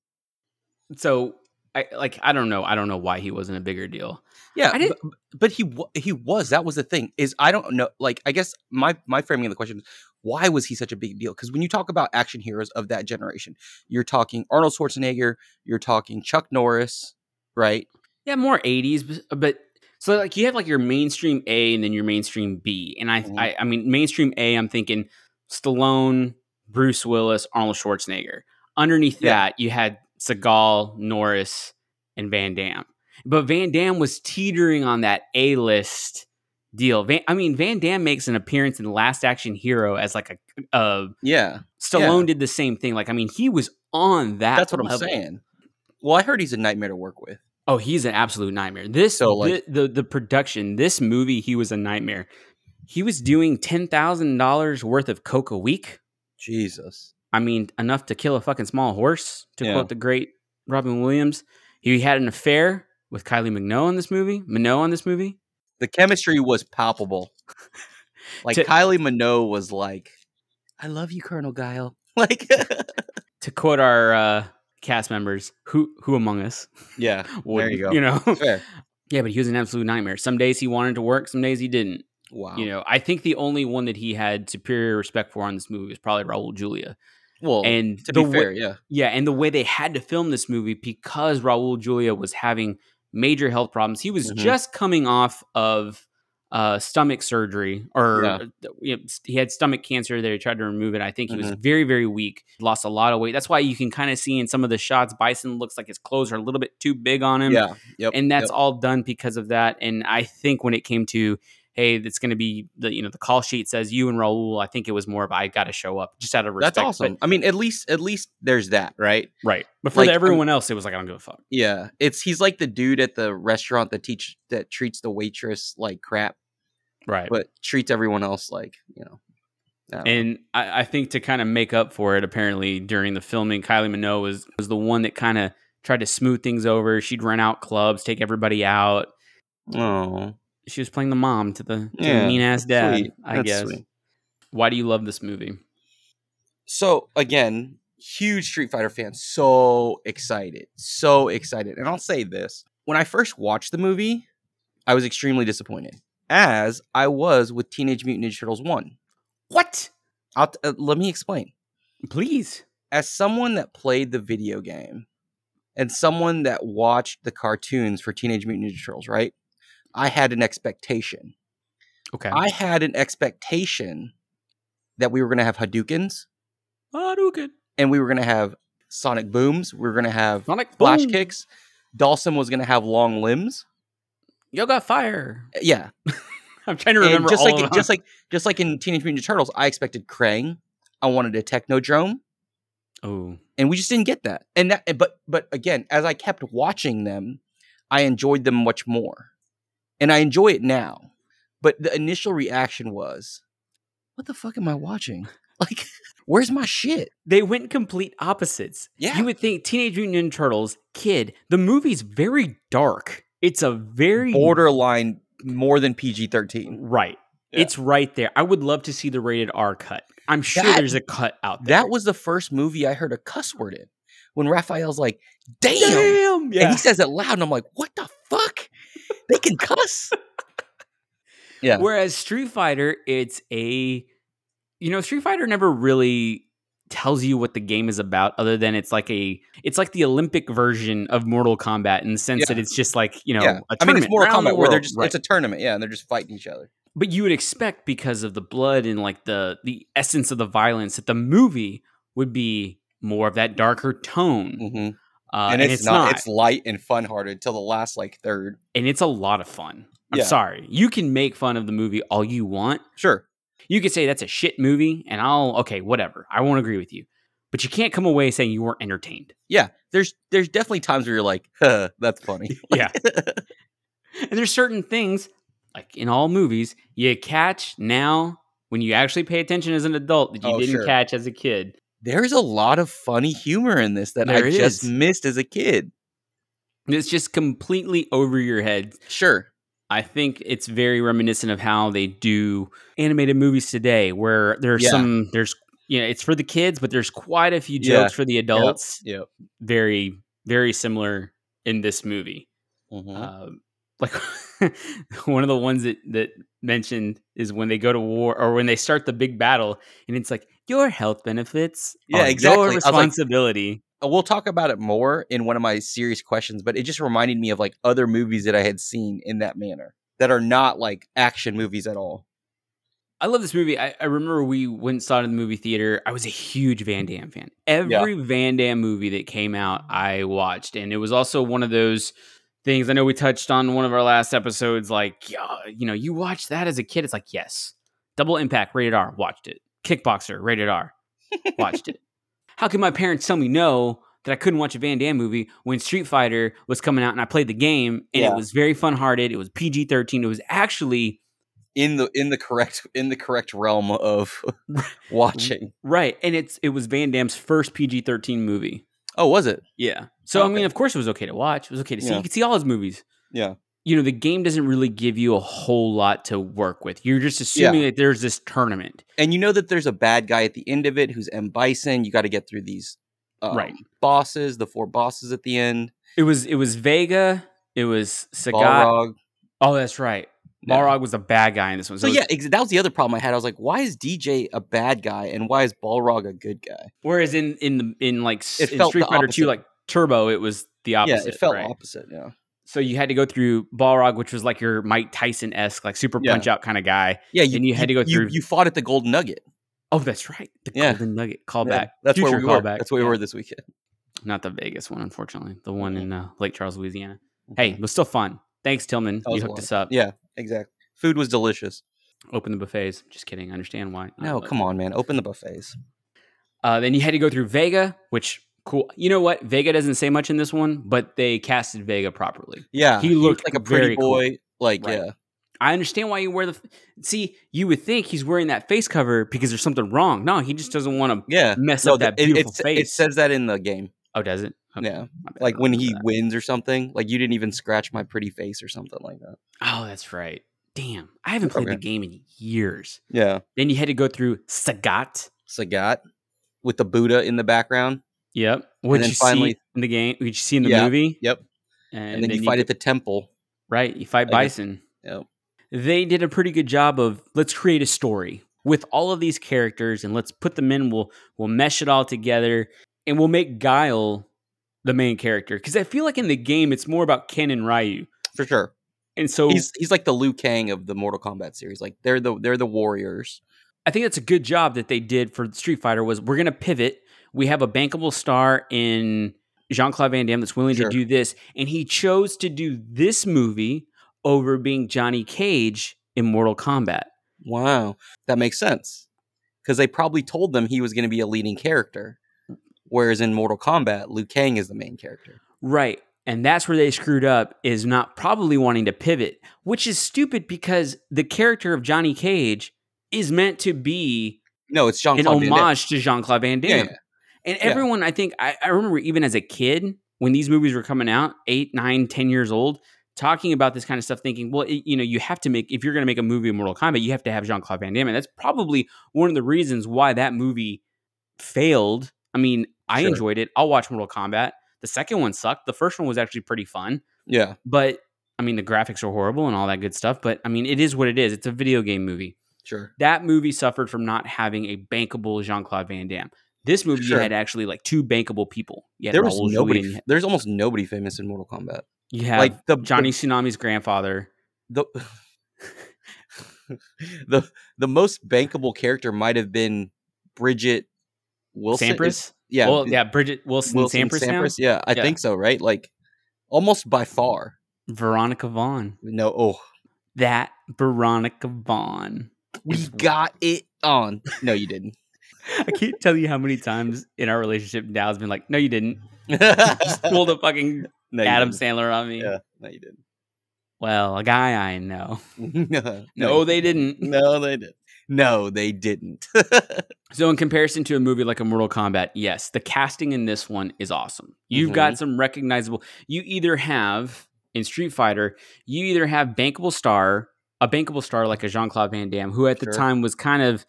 Speaker 1: so I like I don't know. I don't know why he wasn't a bigger deal.
Speaker 2: Yeah,
Speaker 1: I didn't-
Speaker 2: b- but he wa- he was. That was the thing. Is I don't know. Like I guess my my framing of the question is why was he such a big deal? Because when you talk about action heroes of that generation, you're talking Arnold Schwarzenegger, you're talking Chuck Norris, right?
Speaker 1: Yeah, more eighties, but so like you have like your mainstream A and then your mainstream B, and I
Speaker 2: Mhm.
Speaker 1: I, I mean mainstream A, I'm thinking Stallone, Bruce Willis, Arnold Schwarzenegger. Underneath
Speaker 2: Yeah.
Speaker 1: that, you had Seagal, Norris, and Van Damme. But Van Damme was teetering on that A list deal. Van, I mean, Van Damme makes an appearance in Last Action Hero as like a uh,
Speaker 2: Yeah,
Speaker 1: Stallone did the same thing. Like, I mean, he was on that.
Speaker 2: that's what I'm
Speaker 1: level.
Speaker 2: saying. Well, I heard he's a nightmare to work with.
Speaker 1: Oh, he's an absolute nightmare. This
Speaker 2: So,
Speaker 1: so
Speaker 2: like-
Speaker 1: like the the, production, this movie, he was a nightmare. He was doing ten thousand dollars worth of coke a week.
Speaker 2: Jesus.
Speaker 1: I mean, enough to kill a fucking small horse. To
Speaker 2: Yeah.
Speaker 1: quote the great Robin Williams, he had an affair with Kylie Minogue in this movie. Minogue in this movie.
Speaker 2: The chemistry was palpable. Like
Speaker 1: To-
Speaker 2: Kylie Minogue was like, "I love you, Colonel Guile." Like,
Speaker 1: To quote our uh, cast members, who who among us?
Speaker 2: yeah,
Speaker 1: would,
Speaker 2: you go.
Speaker 1: You know.
Speaker 2: fair.
Speaker 1: yeah, but he was an absolute nightmare. Some days he wanted to work, some days he didn't.
Speaker 2: Wow.
Speaker 1: You know, I think the only one that he had superior respect for on this movie was probably Raul Julia.
Speaker 2: well,
Speaker 1: and
Speaker 2: to
Speaker 1: the
Speaker 2: be
Speaker 1: way-
Speaker 2: fair, yeah.
Speaker 1: yeah, and the way they had to film this movie because Raul Julia was having major health problems. He was
Speaker 2: Mhm.
Speaker 1: just coming off of uh, stomach surgery, or uh,
Speaker 2: Yeah.
Speaker 1: you know, s- he had stomach cancer. They tried to remove it. I think he was
Speaker 2: Mm-hmm.
Speaker 1: very, very weak. Lost a lot of weight. That's why you can kind of see in some of the shots, Bison looks like his clothes are a little bit too big on him
Speaker 2: Yeah. Yep.
Speaker 1: and that's
Speaker 2: yep.
Speaker 1: all done because of that. And I think when it came to hey, it's going to be the you know the call sheet says you and Raul. I think it was more of I got to show up just out of respect.
Speaker 2: That's awesome. I mean, at least at least there's that, right?
Speaker 1: But, right. But for
Speaker 2: Like,
Speaker 1: the- everyone else, it was like I don't give a fuck.
Speaker 2: Yeah. It's he's like the dude at the restaurant that teach that treats the waitress like crap,
Speaker 1: Right.
Speaker 2: but treats everyone else like you know. I don't know.
Speaker 1: And I, I think to kind of make up for it, apparently during the filming, Kylie Minogue was was the one that kind of tried to smooth things over. She'd rent out clubs, take everybody out.
Speaker 2: Oh, she
Speaker 1: She was playing the mom to the,
Speaker 2: Yeah,
Speaker 1: mean ass dad.
Speaker 2: sweet.
Speaker 1: I
Speaker 2: That's
Speaker 1: guess.
Speaker 2: sweet.
Speaker 1: Why do you love this movie?
Speaker 2: So again, huge Street Fighter fan. So excited, so excited. And I'll say this: when I first watched the movie, I was extremely disappointed, as I was with Teenage Mutant Ninja Turtles One.
Speaker 1: What?
Speaker 2: I'll t- uh, let me explain.
Speaker 1: Please.
Speaker 2: As someone that played the video game, and someone that watched the cartoons for Teenage Mutant Ninja Turtles, right? I had an expectation.
Speaker 1: Okay.
Speaker 2: I had an expectation that we were going to have Hadoukens.
Speaker 1: Hadouken.
Speaker 2: and we were gonna have sonic booms. We were gonna have
Speaker 1: Sonic
Speaker 2: flash
Speaker 1: boom.
Speaker 2: kicks. Dawson was gonna have long limbs.
Speaker 1: Yo got fire.
Speaker 2: Yeah,
Speaker 1: I'm trying to
Speaker 2: And
Speaker 1: remember
Speaker 2: just
Speaker 1: all
Speaker 2: like
Speaker 1: of them.
Speaker 2: just like just like in Teenage Mutant Ninja Turtles, I expected Krang. I wanted a Technodrome,
Speaker 1: oh,
Speaker 2: and we just didn't get that. And that, but but again, as I kept watching them, I enjoyed them much more, and I enjoy it now. But the initial reaction was, "What the fuck am I watching? Like, where's my shit?"
Speaker 1: they went complete opposites.
Speaker 2: Yeah.
Speaker 1: you would think Teenage Mutant Ninja Turtles, kid. The movie's very dark. It's a very
Speaker 2: Borderline more than PG thirteen.
Speaker 1: Right.
Speaker 2: Yeah.
Speaker 1: It's right there. I would love to see the rated R cut. I'm sure
Speaker 2: That-
Speaker 1: there's a cut out there.
Speaker 2: That was the first movie I heard a cuss word in. When Raphael's like, damn.
Speaker 1: damn.
Speaker 2: And
Speaker 1: Yeah.
Speaker 2: he says it loud, and I'm like, what the fuck? They can cuss. yeah.
Speaker 1: Whereas Street Fighter, it's a, you know, Street Fighter never really tells you what the game is about other than it's like a it's like the olympic version of mortal kombat in the sense
Speaker 2: Yeah.
Speaker 1: that it's just like you know
Speaker 2: yeah.
Speaker 1: a
Speaker 2: I mean,
Speaker 1: tournament
Speaker 2: it's more
Speaker 1: around the
Speaker 2: combat where they're
Speaker 1: world.
Speaker 2: just,
Speaker 1: Right.
Speaker 2: it's a tournament. Yeah. And they're just fighting each other.
Speaker 1: but you would expect because of the blood and like the the essence of the violence that the movie would be more of that darker tone
Speaker 2: Mm-hmm.
Speaker 1: uh, and, it's, not,
Speaker 2: Mm, It's light and fun hearted till the last, like, third.
Speaker 1: and it's a lot of fun. I'm
Speaker 2: Yeah.
Speaker 1: sorry. You can make fun of the movie all you want.
Speaker 2: Sure.
Speaker 1: You can say that's a shit movie, and I'll okay, whatever. I won't agree with you, but you can't come away saying you weren't entertained.
Speaker 2: Yeah. There's there's definitely times where you're like, huh, that's funny.
Speaker 1: Yeah. and there's certain things, like in all movies, you catch now when you actually pay attention as an adult that you
Speaker 2: Oh,
Speaker 1: didn't
Speaker 2: sure.
Speaker 1: catch as a kid.
Speaker 2: There's a lot of funny humor in this that
Speaker 1: There
Speaker 2: I just
Speaker 1: is.
Speaker 2: missed as a kid.
Speaker 1: And It's just completely over your head.
Speaker 2: Sure.
Speaker 1: I think it's very reminiscent of how they do animated movies today, where there's
Speaker 2: Yeah.
Speaker 1: some there's you know it's for the kids, but there's quite a few
Speaker 2: Yeah.
Speaker 1: jokes for the adults.
Speaker 2: Yep.
Speaker 1: Very very similar in this movie.
Speaker 2: Mm-hmm. Uh,
Speaker 1: Um, like one of the ones that that mentioned is when they go to war or when they start the big battle, and it's like your health benefits,
Speaker 2: Yeah,
Speaker 1: are
Speaker 2: exactly. I
Speaker 1: your
Speaker 2: was like-
Speaker 1: responsibility.
Speaker 2: Uh, we'll talk about it more in one of my serious questions, but it just reminded me of like other movies that I had seen in that manner that are not like action movies at all.
Speaker 1: I love this movie. I, I remember we went and saw it in the movie theater. I was a huge Van Damme fan. Every Van Damme movie that came out, I watched. And it was also one of those things I know we touched on one of our last episodes. Like, yeah, you know, you watched that as a kid. It's like, yes. Double Impact, rated R, watched it. Kickboxer, rated R, watched it. How could my parents tell me no that I couldn't watch a Van Damme movie when Street Fighter was coming out and I played the game and
Speaker 2: Yeah.
Speaker 1: it was very fun hearted? It was PG 13. It was actually.
Speaker 2: In the in the correct in the correct realm of watching.
Speaker 1: Right, and it's it was Van Damme's first PG thirteen movie.
Speaker 2: Oh, was it?
Speaker 1: Yeah, so I mean,
Speaker 2: Okay.
Speaker 1: of course, it was okay to watch. It was okay to see.
Speaker 2: Yeah.
Speaker 1: You could see all his movies.
Speaker 2: Yeah.
Speaker 1: You know, the game doesn't really give you a whole lot to work with. You're just assuming that there's this tournament,
Speaker 2: And you know that there's a bad guy at the end of it who's M Bison. You got to get through these um,
Speaker 1: right?
Speaker 2: bosses, the four bosses at the end.
Speaker 1: It was it was Vega. It was Sagat.
Speaker 2: Balrog.
Speaker 1: Oh, that's right.
Speaker 2: Yeah.
Speaker 1: Balrog was the bad guy in this one.
Speaker 2: So
Speaker 1: it was-
Speaker 2: yeah, ex- that was the other problem I had. I was like, why is DJ a bad guy and why is Balrog a good guy?
Speaker 1: Whereas in in the in like s-
Speaker 2: It
Speaker 1: in
Speaker 2: felt
Speaker 1: Street
Speaker 2: the
Speaker 1: Fighter two,
Speaker 2: opposite.
Speaker 1: like Turbo, it was the opposite.
Speaker 2: yeah, it felt
Speaker 1: right?
Speaker 2: opposite. Yeah.
Speaker 1: So you had to go through Balrog, which was like your Mike Tyson esque, like super
Speaker 2: Yeah.
Speaker 1: punch out kind of guy.
Speaker 2: Yeah, you,
Speaker 1: And you had to go
Speaker 2: you,
Speaker 1: through-
Speaker 2: You fought at the Golden Nugget.
Speaker 1: Oh, that's right. The
Speaker 2: Yeah.
Speaker 1: Golden Nugget callback.
Speaker 2: Yeah, that's where
Speaker 1: Future
Speaker 2: we were.
Speaker 1: callback.
Speaker 2: That's where we
Speaker 1: Yeah.
Speaker 2: were this weekend.
Speaker 1: Not the Vegas one, unfortunately. The one
Speaker 2: Mhm.
Speaker 1: in uh, Lake Charles, Louisiana. Hey, it was still fun. Thanks, Tillman.
Speaker 2: That
Speaker 1: you
Speaker 2: was a
Speaker 1: hooked
Speaker 2: lot.
Speaker 1: us up.
Speaker 2: Yeah, exactly. Food was delicious.
Speaker 1: Open the buffets. Just kidding. I understand why.
Speaker 2: No, come on, man. Open the buffets.
Speaker 1: Uh, then you had to go through Vega, which cool. You know what? Vega doesn't say much in this one, but they casted Vega properly.
Speaker 2: Yeah.
Speaker 1: He looked
Speaker 2: like a pretty
Speaker 1: very cool.
Speaker 2: boy. Like,
Speaker 1: Right.
Speaker 2: yeah.
Speaker 1: I understand why you wear the. f- See, you would think he's wearing that face cover because there's something wrong. No, he just doesn't want
Speaker 2: Yeah.
Speaker 1: to mess
Speaker 2: So
Speaker 1: up that
Speaker 2: it,
Speaker 1: beautiful
Speaker 2: it's-
Speaker 1: face.
Speaker 2: it says that in the game.
Speaker 1: oh, does it? Okay, my
Speaker 2: Yeah.
Speaker 1: bad, I
Speaker 2: Like
Speaker 1: don't
Speaker 2: when
Speaker 1: remember
Speaker 2: he
Speaker 1: that.
Speaker 2: wins or something, like you didn't even scratch my pretty face or something like that.
Speaker 1: Oh, that's right. Damn, I haven't played the
Speaker 2: Okay.
Speaker 1: game in years.
Speaker 2: Yeah.
Speaker 1: Then you had to go through Sagat.
Speaker 2: Sagat with the Buddha in the background.
Speaker 1: Yep. What
Speaker 2: then
Speaker 1: you
Speaker 2: finally-
Speaker 1: see in the game? What you see in the
Speaker 2: Yeah,
Speaker 1: movie?
Speaker 2: Yep.
Speaker 1: And,
Speaker 2: And, then, you fight
Speaker 1: get-
Speaker 2: at the temple.
Speaker 1: right. You fight
Speaker 2: I guess-
Speaker 1: Bison.
Speaker 2: Yep.
Speaker 1: They did a pretty good job of let's create a story with all of these characters and let's put them in. We'll we'll mesh it all together and we'll make Guile the main character because I feel like in the game it's more about Ken and Ryu,
Speaker 2: For sure.
Speaker 1: and so
Speaker 2: He's he's like the Liu Kang of the Mortal Kombat series. Like they're the they're the warriors.
Speaker 1: I think that's a good job that they did for Street Fighter was we're gonna pivot. We have a bankable star in Jean Claude Van Damme that's willing
Speaker 2: Sure.
Speaker 1: to do this, and he chose to do this movie over being Johnny Cage in Mortal Kombat.
Speaker 2: Wow. That makes sense. Cuz they probably told them he was going to be a leading character. Whereas in Mortal Kombat, Liu Kang is the main character.
Speaker 1: Right. And that's where they screwed up is not probably wanting to pivot, which is stupid because the character of Johnny Cage is meant to be
Speaker 2: No, it's Jean
Speaker 1: an
Speaker 2: Claude Van Damme.
Speaker 1: homage to Jean Claude Van
Speaker 2: Yeah,
Speaker 1: Damme.
Speaker 2: yeah.
Speaker 1: And everyone, I think, I, I remember even as a kid when these movies were coming out, eight, nine, ten years old, talking about this kind of stuff, thinking, well, it- you know, you have to make if you're going to make a movie of Mortal Kombat, you have to have Jean Claude Van Damme, and that's probably one of the reasons why that movie failed. I mean, I
Speaker 2: Sure.
Speaker 1: enjoyed it. I'll watch Mortal Kombat. The second one sucked. The first one was actually pretty fun,
Speaker 2: Yeah.
Speaker 1: but I mean, the graphics are horrible and all that good stuff. But I mean, it is what it is. It's a video game movie
Speaker 2: Sure.
Speaker 1: that movie suffered from not having a bankable Jean Claude Van Damme. This movie
Speaker 2: Sure.
Speaker 1: you had actually like two bankable people. You had
Speaker 2: There was
Speaker 1: Raoul
Speaker 2: nobody.
Speaker 1: Julia,
Speaker 2: There's almost nobody famous in Mortal Kombat.
Speaker 1: You have
Speaker 2: like the
Speaker 1: Johnny Tsunami's grandfather.
Speaker 2: the the the most bankable character might have been Bridget Wilson. is-
Speaker 1: Sampras.
Speaker 2: yeah,
Speaker 1: well,
Speaker 2: is
Speaker 1: yeah, Bridget Wilson, Sampras, now.
Speaker 2: Yeah, I
Speaker 1: Yeah.
Speaker 2: think so. Right, like almost by far.
Speaker 1: Veronica Vaughn.
Speaker 2: No, oh,
Speaker 1: That Veronica Vaughn.
Speaker 2: we
Speaker 1: It's-
Speaker 2: got it on. No, you didn't.
Speaker 1: I can't tell you how many times in our relationship Dow's been like, "No, you didn't." Just
Speaker 2: no,
Speaker 1: pulled a fucking
Speaker 2: you
Speaker 1: Adam
Speaker 2: didn't.
Speaker 1: Sandler on me.
Speaker 2: Yeah, no, you didn't.
Speaker 1: Well, a guy I know.
Speaker 2: no,
Speaker 1: No,
Speaker 2: you-
Speaker 1: they didn't.
Speaker 2: no, they didn't. No, they didn't.
Speaker 1: So, in comparison to a movie like a Mortal Kombat, yes, the casting in this one is awesome. You've
Speaker 2: Mm-hmm.
Speaker 1: got some recognizable. You either have in Street Fighter, you either have bankable star, a bankable star like a Jean Claude Van Damme, who at the
Speaker 2: Sure.
Speaker 1: time was kind of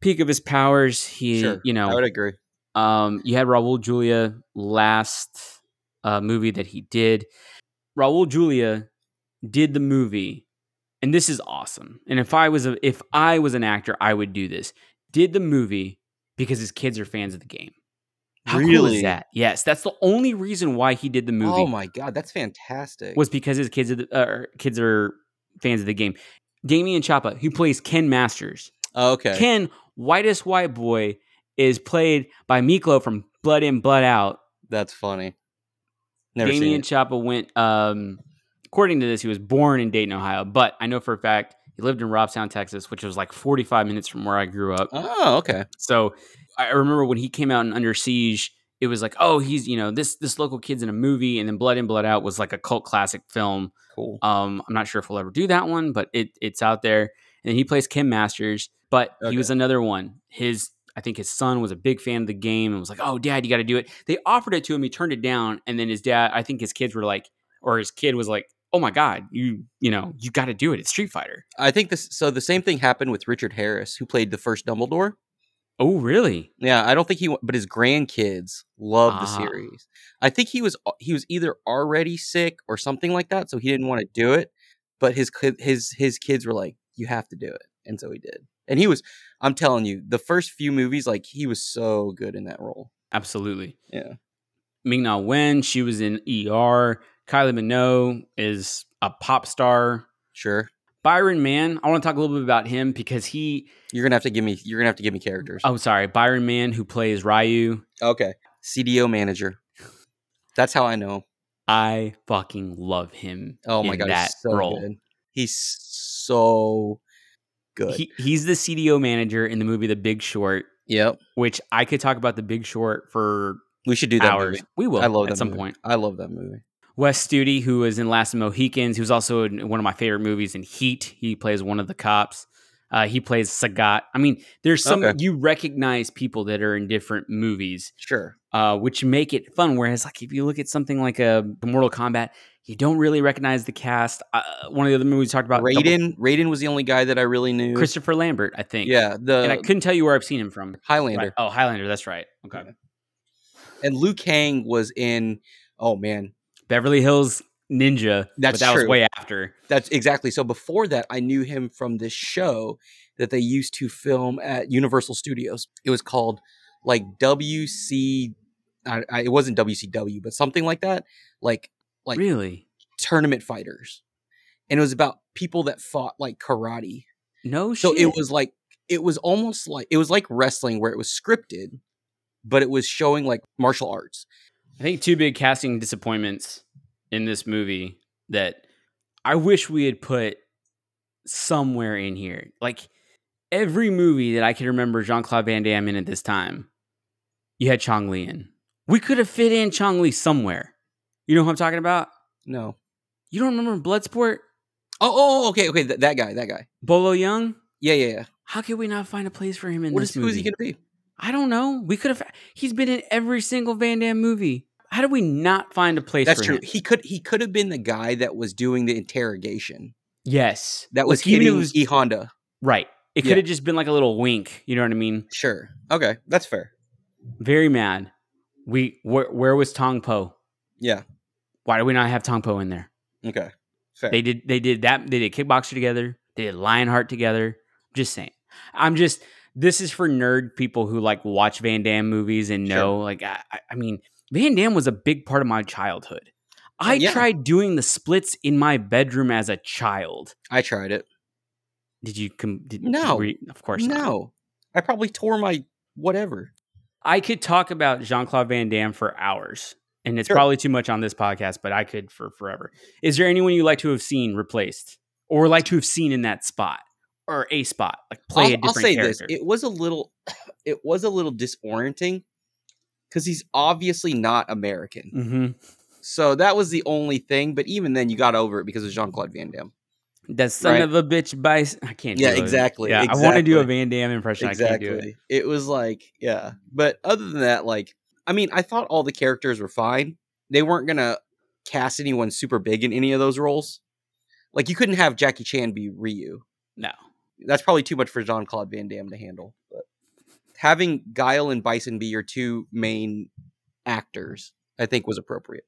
Speaker 1: peak of his powers. He,
Speaker 2: Sure,
Speaker 1: you
Speaker 2: I
Speaker 1: know,
Speaker 2: would agree.
Speaker 1: um, you had Raul Julia last uh, movie that he did. Raul Julia did the movie, and this is awesome. And if I was a, if I was an actor, I would do this. Did the movie because his kids are fans of the game. How cool
Speaker 2: Really?
Speaker 1: is that? Yes, that's the only reason why he did the movie
Speaker 2: Oh my god, that's fantastic.
Speaker 1: was because his kids are the, uh, kids are fans of the game. Damien Chapa, who plays Ken Masters,
Speaker 2: Oh, okay.
Speaker 1: Ken, whitest white boy, is played by Miklo from Blood In, Blood Out.
Speaker 2: That's funny. Never seen
Speaker 1: Damien
Speaker 2: it.
Speaker 1: Chapa went, um, according to this, he was born in Dayton, Ohio, but I know for a fact he lived in Robstown, Texas, which was like 45 minutes from where I grew up.
Speaker 2: Oh, okay.
Speaker 1: So I remember when he came out in Under Siege, it was like, oh, he's, you know, this this local kid's in a movie, and then Blood In, Blood Out was like a cult classic film.
Speaker 2: Cool.
Speaker 1: Um, I'm not sure if we'll ever do that one, but it it's out there. And he plays Kim Masters, but he
Speaker 2: Okay.
Speaker 1: was another one. His I think his son was a big fan of the game and was like, "Oh, dad, you got to do it." They offered it to him, he turned it down, and then his dad, I think his kids were like, or his kid was like, "Oh my god, you you know you got to do it. It's Street Fighter."
Speaker 2: I think this. So the same thing happened with Richard Harris, who played the first Dumbledore.
Speaker 1: Oh, really?
Speaker 2: Yeah, I don't think he, wa- but his grandkids loved the
Speaker 1: Ah.
Speaker 2: series. I think he was he was either already sick or something like that, so he didn't want to do it. But his kid- his his kids were like, "You have to do it," and so he did. And he was, I'm telling you, the first few movies, like he was so good in that role.
Speaker 1: Absolutely.
Speaker 2: Yeah.
Speaker 1: Ming Na Wen, she was in ER. Kylie Minogue is a pop star.
Speaker 2: Sure,
Speaker 1: Byron Mann, I want to talk a little bit about him because he
Speaker 2: you're gonna have to give me you're gonna have to give me characters.
Speaker 1: Oh, sorry, Byron Mann, who plays Ryu.
Speaker 2: Okay, CDO manager. That's how I know him.
Speaker 1: I fucking love him.
Speaker 2: Oh my
Speaker 1: in
Speaker 2: god,
Speaker 1: that
Speaker 2: he's so
Speaker 1: role.
Speaker 2: good. He's so good.
Speaker 1: He, he's the CDO manager in the movie The Big Short,
Speaker 2: yep.
Speaker 1: which I could talk about The Big Short for
Speaker 2: We should do that.
Speaker 1: hours.
Speaker 2: movie.
Speaker 1: We will
Speaker 2: I love
Speaker 1: at
Speaker 2: that
Speaker 1: some
Speaker 2: movie.
Speaker 1: point.
Speaker 2: I love that movie.
Speaker 1: Wes Studi, who was in Last of the Mohicans, who's also in one of my favorite movies in Heat. He plays one of the cops. Uh, he plays Sagat. I mean, there's some
Speaker 2: Okay.
Speaker 1: you recognize people that are in different movies,
Speaker 2: Sure.
Speaker 1: uh, which make it fun. Whereas, like if you look at something like a Mortal Kombat, you don't really recognize the cast. Uh, one of the other movies talked about Double-
Speaker 2: Raiden. Raiden was the only guy that I really knew.
Speaker 1: Christopher Lambert, I think.
Speaker 2: yeah,
Speaker 1: and I
Speaker 2: the
Speaker 1: couldn't tell you where I've seen him from.
Speaker 2: Highlander.
Speaker 1: Right. Oh, Highlander. That's right. Okay.
Speaker 2: And Liu Kang was in. Oh man,
Speaker 1: Beverly Hills Ninja.
Speaker 2: That's
Speaker 1: but that was
Speaker 2: true.
Speaker 1: way after.
Speaker 2: That's exactly. So before that, I knew him from this show that they used to film at Universal Studios. It was called like WC. I, I, it wasn't WCW, but something like that, like Like-
Speaker 1: really?
Speaker 2: tournament fighters, and it was about people that fought like karate.
Speaker 1: No
Speaker 2: So
Speaker 1: shit.
Speaker 2: it was like it was almost like it was like wrestling where it was scripted, but it was showing like martial arts.
Speaker 1: I think two big casting disappointments in this movie that I wish we had put somewhere in here. Like every movie that I can remember Jean Claude Van Damme in at this time, you had Chong Li in. We could have fit in Chong Li somewhere. You know who I'm talking about?
Speaker 2: No.
Speaker 1: You don't remember Bloodsport?
Speaker 2: Oh, oh, oh, okay, okay, th- that guy, that guy.
Speaker 1: Bolo Young?
Speaker 2: Yeah, yeah, yeah.
Speaker 1: How could we not find a place for him in
Speaker 2: What
Speaker 1: this
Speaker 2: is
Speaker 1: movie?
Speaker 2: who is he gonna be?
Speaker 1: I don't know. We could have. He's been in every single Van Damme movie. How did we not find a place?
Speaker 2: That's
Speaker 1: for
Speaker 2: true.
Speaker 1: Him?
Speaker 2: He could he could have been the guy that was doing the interrogation.
Speaker 1: Yes,
Speaker 2: That was
Speaker 1: Like, even if
Speaker 2: hitting
Speaker 1: it was-
Speaker 2: E Honda.
Speaker 1: Right. It could
Speaker 2: Yeah.
Speaker 1: have just been like a little wink. You know what I mean?
Speaker 2: Sure. Okay, that's fair.
Speaker 1: Very mad. We where, where was Tong Po?
Speaker 2: Yeah.
Speaker 1: Why do we not have Tong Po in there?
Speaker 2: Okay. Fair.
Speaker 1: They did. They did that. They did Kickboxer together. They did Lionheart together. Just saying. I'm just. This is for nerd people who like watch Van Damme movies and
Speaker 2: Sure.
Speaker 1: know. Like I, I- I mean, Van Damme was a big part of my childhood. I
Speaker 2: Yeah.
Speaker 1: tried doing the splits in my bedroom as a child.
Speaker 2: I tried it.
Speaker 1: Did you? Com- did,
Speaker 2: No.
Speaker 1: were you- of course not.
Speaker 2: No. I probably tore my whatever.
Speaker 1: I could talk about Jean Claude Van Damme for hours, and it's
Speaker 2: Sure.
Speaker 1: probably too much on this podcast, but I could for forever. Is there anyone you like to have seen replaced, or like to have seen in that spot, or a spot, like play
Speaker 2: I'll,
Speaker 1: a different
Speaker 2: I'll say
Speaker 1: character?
Speaker 2: this: it was a little, it was a little disorienting because he's obviously not American.
Speaker 1: Mhm.
Speaker 2: So that was the only thing. But even then, you got over it because of Jean Claude Van Damme.
Speaker 1: That son
Speaker 2: Right.
Speaker 1: of a bitch bice. I can't.
Speaker 2: Yeah,
Speaker 1: do it.
Speaker 2: exactly,
Speaker 1: Yeah, I want to do a
Speaker 2: exactly.
Speaker 1: Van Damme impression. I can't do it.
Speaker 2: Exactly. It was like, yeah. But other than that, like, I mean, I thought all the characters were fine. They weren't gonna cast anyone super big in any of those roles. Like, you couldn't have Jackie Chan be Ryu.
Speaker 1: No.
Speaker 2: that's probably too much for Jean Claude Van Damme to handle. But having Guile and Bison be your two main actors, I think, was appropriate.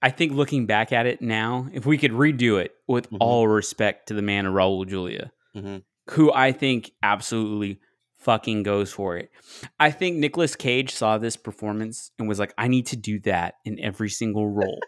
Speaker 1: I think looking back at it now, if we could redo it with
Speaker 2: Mhm.
Speaker 1: all respect to the man of Raul Julia,
Speaker 2: Mhm.
Speaker 1: who I think absolutely fucking goes for it. I think Nicolas Cage saw this performance and was like, I need to do that in every single role.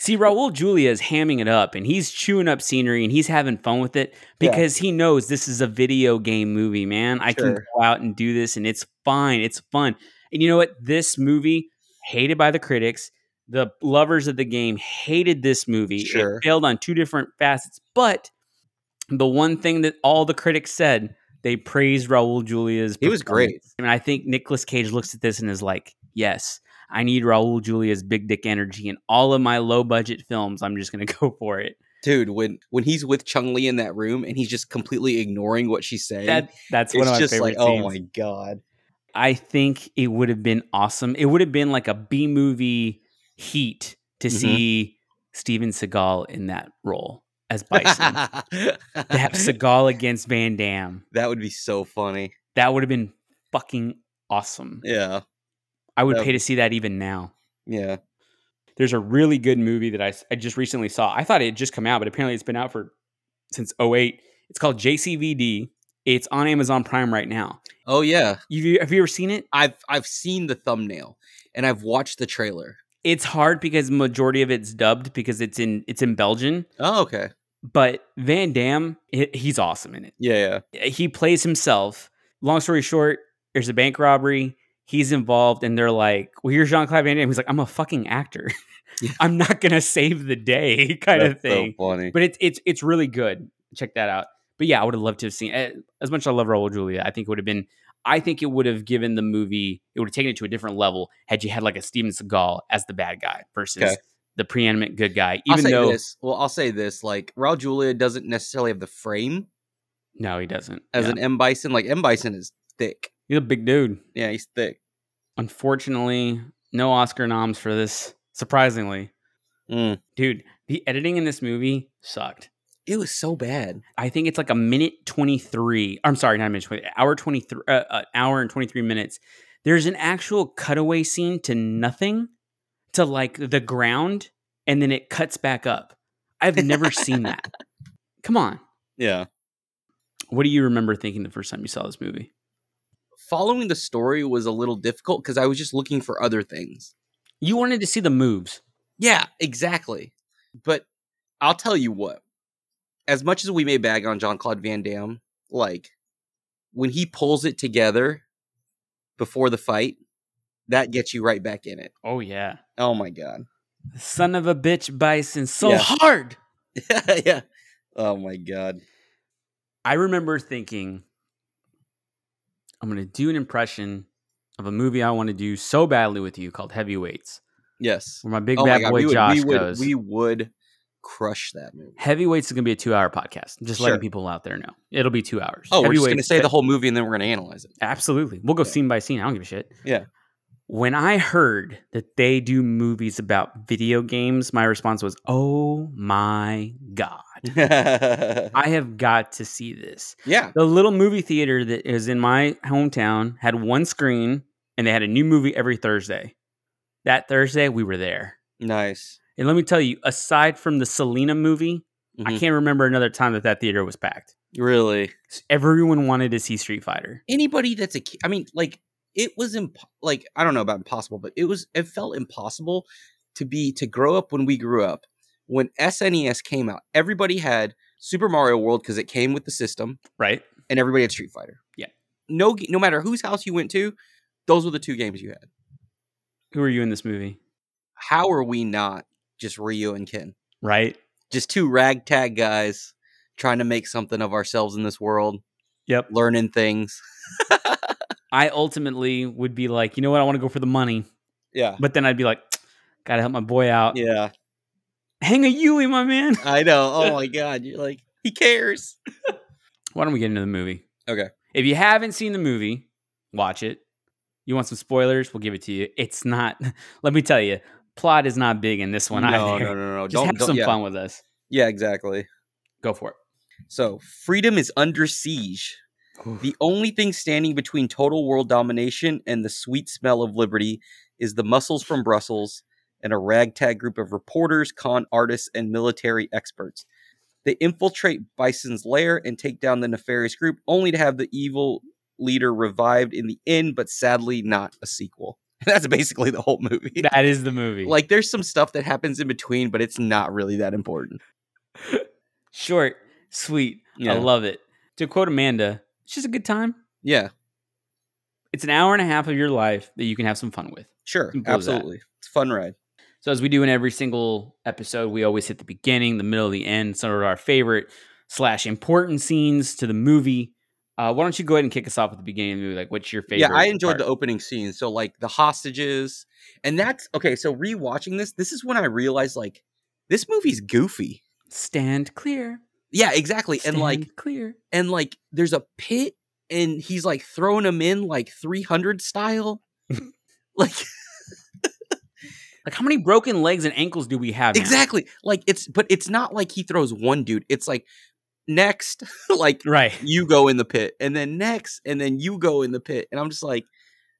Speaker 1: See, Raul Julia is hamming it up and he's chewing up scenery and he's having fun with it
Speaker 2: Yeah.
Speaker 1: because he knows this is a video game movie, man. I can
Speaker 2: Sure.
Speaker 1: go out and do this and it's fine. It's fun. And you know what? This movie, hated by the critics, the lovers of the game hated this movie.
Speaker 2: Sure.
Speaker 1: It failed on two different facets. But the one thing that all the critics said, they praised Raul Julia's.
Speaker 2: He was
Speaker 1: performance.
Speaker 2: great.
Speaker 1: And I think Nicolas Cage looks at this and is like, yes, I need Raul Julia's big dick energy in all of my low budget films. I'm just going to go for it.
Speaker 2: Dude, when when he's with Chung Li in that room and he's just completely ignoring what she's saying,
Speaker 1: That, that's one
Speaker 2: it's
Speaker 1: of my
Speaker 2: just like,
Speaker 1: favorite
Speaker 2: oh
Speaker 1: scenes.
Speaker 2: my god.
Speaker 1: I think it would have been awesome. It would have been like a B movie heat to
Speaker 2: Mhm.
Speaker 1: see Steven Seagal in that role as Bison. to have Seagal against Van Damme.
Speaker 2: that would be so funny.
Speaker 1: That would have been fucking awesome.
Speaker 2: Yeah,
Speaker 1: I would
Speaker 2: That-
Speaker 1: pay to see that even now.
Speaker 2: yeah.
Speaker 1: There's a really good movie that I, s- I just recently saw. I thought it had just come out, but apparently it's been out for since 08. It's called JCVD. It's on Amazon Prime right now.
Speaker 2: Oh yeah,
Speaker 1: You, have you ever seen it?
Speaker 2: I've I've seen the thumbnail and I've watched the trailer.
Speaker 1: It's hard because majority of it's dubbed because it's in it's in Belgian.
Speaker 2: Oh okay,
Speaker 1: But Van Damme, he- he's awesome in it.
Speaker 2: yeah, yeah.
Speaker 1: he plays himself. Long story short, there's a bank robbery. he's involved and they're like, well, here's Jean Claude Van Damme. He's like, I'm a fucking actor.
Speaker 2: Yeah.
Speaker 1: I'm not going to save the day kind of
Speaker 2: That's
Speaker 1: thing.
Speaker 2: So funny.
Speaker 1: But it's it's it's really good. Check that out. But yeah, I would have loved to have seen eh, as much as I love Raul Julia. I think it would have been. I think it would have given the movie. It would have taken it to a different level had you had like a Steven Seagal as the bad guy versus
Speaker 2: Okay.
Speaker 1: the preeminent good guy.
Speaker 2: I'll
Speaker 1: Even
Speaker 2: say
Speaker 1: though
Speaker 2: this. Well, I'll say this. Like Raul Julia doesn't necessarily have the frame
Speaker 1: no, he doesn't.
Speaker 2: as
Speaker 1: yeah.
Speaker 2: an M Bison. Like M Bison is thick.
Speaker 1: he's a big dude.
Speaker 2: Yeah, he's thick.
Speaker 1: Unfortunately, no Oscar noms for this. Surprisingly,
Speaker 2: Mm.
Speaker 1: dude, the editing in this movie sucked.
Speaker 2: It was so bad.
Speaker 1: I think it's like a minute 23. I'm sorry, not a minute 20, hour 23, uh, an hour and 23 minutes. There's an actual cutaway scene to nothing, to like the ground, and then it cuts back up. I've never seen that. Come on.
Speaker 2: Yeah.
Speaker 1: What do you remember thinking the first time you saw this movie?
Speaker 2: Following the story was a little difficult because I was just looking for other things.
Speaker 1: You wanted to see the moves.
Speaker 2: Yeah, exactly. But I'll tell you what. As much as we may bag on Jean Claude Van Damme, like when he pulls it together before the fight, that gets you right back in it.
Speaker 1: Oh, yeah.
Speaker 2: Oh my god.
Speaker 1: Son of a bitch, Bison, so
Speaker 2: Yeah.
Speaker 1: hard.
Speaker 2: yeah. Oh my god.
Speaker 1: I remember thinking, I'm going to do an impression of a movie I want to do so badly with you called Heavyweights.
Speaker 2: Yes. Oh
Speaker 1: where my big bad boy
Speaker 2: we would,
Speaker 1: Josh
Speaker 2: we would,
Speaker 1: goes.
Speaker 2: We would crush that movie.
Speaker 1: Heavyweights is going to be a two-hour podcast. Just letting
Speaker 2: Sure.
Speaker 1: people out there know it'll be two hours.
Speaker 2: Oh, we're just gonna
Speaker 1: Heavyweights-
Speaker 2: say the whole movie and then we're gonna analyze it.
Speaker 1: absolutely. We'll go
Speaker 2: Yeah.
Speaker 1: scene by scene. I don't give a shit.
Speaker 2: Yeah.
Speaker 1: When I heard that they do movies about video games, my response was, "Oh my god, I have got to see this."
Speaker 2: yeah.
Speaker 1: The little movie theater that is in my hometown had one screen, and they had a new movie every Thursday. That Thursday, we were there.
Speaker 2: Nice.
Speaker 1: And let me tell you, aside from the Selena movie, I
Speaker 2: Mhm.
Speaker 1: can't remember another time that that theater was packed.
Speaker 2: Really.
Speaker 1: S- Everyone wanted to see Street Fighter.
Speaker 2: anybody that's a kid, I mean, like it was imp- like I don't know about impossible, but it was it felt impossible to be to grow up when we grew up. When SNES came out, everybody had Super Mario World because it came with the system,
Speaker 1: Right.
Speaker 2: and everybody had Street Fighter.
Speaker 1: Yeah.
Speaker 2: no, g- no matter whose house you went to, those were the two games you had.
Speaker 1: Who are you in this movie?
Speaker 2: How are we not just Ryu and Ken,
Speaker 1: Right.
Speaker 2: just two ragtag guys trying to make something of ourselves in this world,
Speaker 1: Yep.
Speaker 2: learning things?
Speaker 1: I ultimately would be like, you know what? I want to go for the money.
Speaker 2: Yeah,
Speaker 1: But then I'd be like, gotta help my boy out.
Speaker 2: yeah.
Speaker 1: Hang a Yuli, my man.
Speaker 2: I know. Oh my god, you're like he cares.
Speaker 1: Why don't we get into the movie?
Speaker 2: Okay.
Speaker 1: If you haven't seen the movie, watch it. You want some spoilers? We'll give it to you. It's not, let me tell you, plot is not big in this one
Speaker 2: no,
Speaker 1: either.
Speaker 2: no, no, no.
Speaker 1: Just
Speaker 2: don't
Speaker 1: have
Speaker 2: don't-
Speaker 1: some
Speaker 2: yeah.
Speaker 1: fun with us.
Speaker 2: Yeah, exactly.
Speaker 1: Go for
Speaker 2: So freedom is under siege.
Speaker 1: it.
Speaker 2: The only thing standing between total world domination and the sweet smell of liberty is the muscles from Brussels and a ragtag group of reporters, con artists, and military experts. They infiltrate Bison's lair and take down the nefarious group, only to have the evil leader revived in the end, but sadly not a sequel. That's basically the whole movie.
Speaker 1: that is the movie.
Speaker 2: Like, there's some stuff that happens in between, but it's not really that important.
Speaker 1: short, sweet.
Speaker 2: Yeah.
Speaker 1: I love it. To quote Amanda, it's just a good time.
Speaker 2: Yeah.
Speaker 1: It's an hour and a half of your life that you can have some fun with.
Speaker 2: Sure,
Speaker 1: Simple as that.
Speaker 2: absolutely. It's a fun ride.
Speaker 1: So, as we do in every single episode, we always hit the beginning, the middle, the end, some of our favorite slash important scenes to the movie. Uh, why don't you go ahead and kick us off at the beginning of the movie? Like, what's your favorite?
Speaker 2: yeah, I enjoyed the
Speaker 1: part?
Speaker 2: opening scene. So like the hostages, and that's okay. So rewatching this, this is when I realized like this movie's goofy.
Speaker 1: stand clear.
Speaker 2: Yeah, exactly.
Speaker 1: Stand
Speaker 2: And like
Speaker 1: clear.
Speaker 2: and like there's a pit, and he's like throwing them in like 300 style. like
Speaker 1: Like, how many broken legs and ankles do we have? now?
Speaker 2: exactly, like it's but it's not like he throws one dude. It's like next, like
Speaker 1: Right.
Speaker 2: you go in the pit and then next and then you go in the pit and i'm just like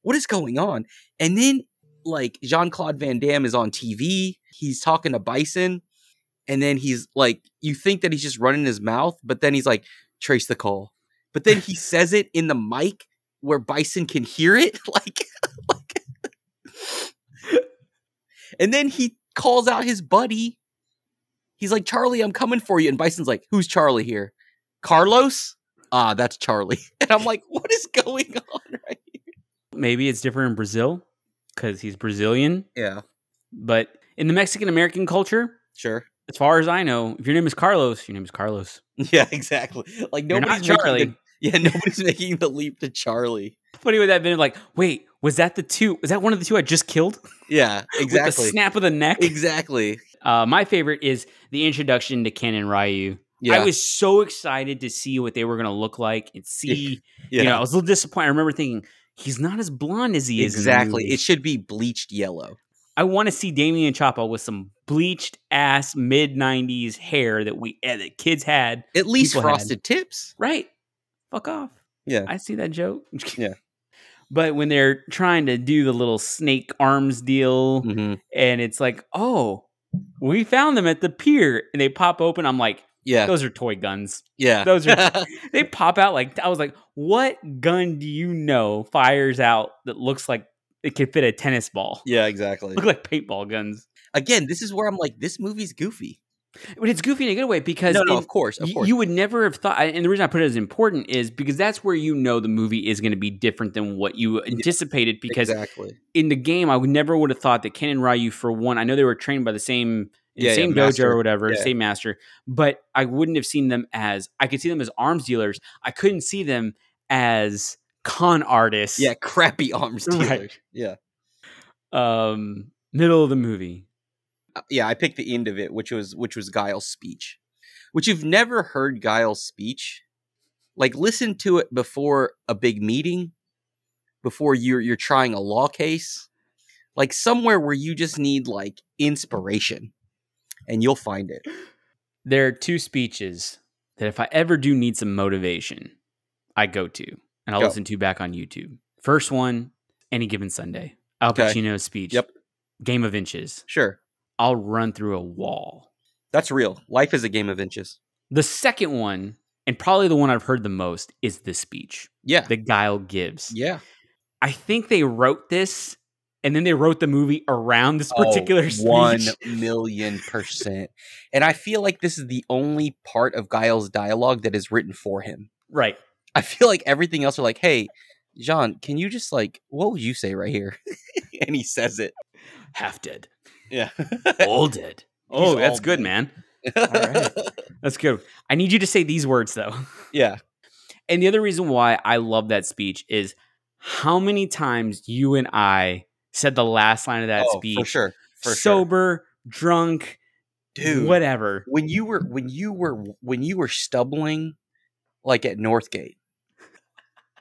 Speaker 2: what is going on and then like jean-claude van damme is on tv he's talking to bison and then he's like you think that he's just running his mouth but then he's like trace the call but then he says it in the mic where bison can hear it like, like and then he calls out his buddy he's like charlie i'm coming for you and bison's like who's charlie here carlos ah that's charlie and i'm like what is going on right
Speaker 1: Maybe it's different in Brazil because he's Brazilian.
Speaker 2: Yeah,
Speaker 1: But in the Mexican American culture,
Speaker 2: sure.
Speaker 1: as far as I know, if your name is Carlos, your name is Carlos.
Speaker 2: Yeah, exactly. Like
Speaker 1: You're not
Speaker 2: nobody's
Speaker 1: Charlie.
Speaker 2: Making the, yeah, nobody's making the leap to Charlie.
Speaker 1: Funny would that have been like, wait, was that the two? Was that one of the two I just killed?
Speaker 2: Yeah,
Speaker 1: With the
Speaker 2: exactly.
Speaker 1: snap of the neck.
Speaker 2: Exactly.
Speaker 1: Uh, my favorite is the introduction to Ken and Ryu.
Speaker 2: Yeah.
Speaker 1: I was so excited to see what they were going to look like and see.
Speaker 2: yeah.
Speaker 1: You know, I was a little disappointed. I remember thinking he's not as blonde as he is. in the
Speaker 2: exactly.
Speaker 1: movie."
Speaker 2: It should be bleached yellow.
Speaker 1: I want to see Damien Chapa with some bleached ass mid '90s hair that we eh, that kids had.
Speaker 2: At least
Speaker 1: People had-
Speaker 2: frosted tips.
Speaker 1: Right? Fuck off.
Speaker 2: Yeah.
Speaker 1: I see that joke.
Speaker 2: Yeah.
Speaker 1: But when they're trying to do the little snake arms deal, and it's like, oh, we found them at the pier, and they pop open. I'm like,
Speaker 2: Yeah.
Speaker 1: those are toy guns.
Speaker 2: Yeah.
Speaker 1: Those are- They pop out like I was like, what gun do you know fires out that looks like it could fit a tennis ball?
Speaker 2: yeah, exactly.
Speaker 1: Look like paintball guns.
Speaker 2: Again, this is where I'm like, this movie's goofy.
Speaker 1: But it's goofy in a good way because
Speaker 2: No, no,
Speaker 1: in-
Speaker 2: of course, of
Speaker 1: you-
Speaker 2: course.
Speaker 1: you would never have thought. And the reason I put it as important is because that's where you know the movie is going to be different than what you anticipated. Because
Speaker 2: exactly.
Speaker 1: in the game, I would never would have thought that Ken and Ryu, for one, I know they were trained by the same in the
Speaker 2: Yeah, yeah,
Speaker 1: same dojo
Speaker 2: master.
Speaker 1: or whatever,
Speaker 2: Yeah.
Speaker 1: same master, but I wouldn't have seen them as I could see them as arms dealers. I couldn't see them as con artists.
Speaker 2: Yeah, crappy arms dealer.
Speaker 1: Right.
Speaker 2: Yeah.
Speaker 1: Um, middle of the movie.
Speaker 2: Uh, Yeah, I picked the end of it, which was which was Guile's speech. Which you've never heard Guile's speech. Like listen to it before a big meeting, before you're you're trying a law case. Like somewhere where you just need like inspiration. And you'll find it.
Speaker 1: There are two speeches that if I ever do need some motivation, I go to and I'll
Speaker 2: Go.
Speaker 1: listen to back on YouTube. First one, any given Sunday. Al
Speaker 2: Okay.
Speaker 1: Pacino's speech.
Speaker 2: Yep.
Speaker 1: Game of inches.
Speaker 2: Sure.
Speaker 1: I'll run through a wall.
Speaker 2: That's real. Life is a game of inches.
Speaker 1: The second one, and probably the one I've heard the most, is this speech
Speaker 2: Yeah.
Speaker 1: that Guile gives.
Speaker 2: Yeah.
Speaker 1: I think they wrote this and then they wrote the movie around this
Speaker 2: Oh,
Speaker 1: particular speech.
Speaker 2: one million percent. And I feel like this is the only part of Guile's dialogue that is written for him.
Speaker 1: Right.
Speaker 2: I feel like everything else are like, hey, Jean, can you just like what would you say right here? and he says it.
Speaker 1: Half dead.
Speaker 2: Yeah.
Speaker 1: All dead. oh,
Speaker 2: He's
Speaker 1: that's
Speaker 2: all
Speaker 1: good,
Speaker 2: dead.
Speaker 1: man. right. That's good. I need you to say these words though.
Speaker 2: Yeah.
Speaker 1: And the other reason why I love that speech is how many times you and I said the last line of that
Speaker 2: oh,
Speaker 1: speech
Speaker 2: for sure. For sure.
Speaker 1: sober, drunk,
Speaker 2: Dude.
Speaker 1: whatever.
Speaker 2: When you were when you were when you were stumbling like at Northgate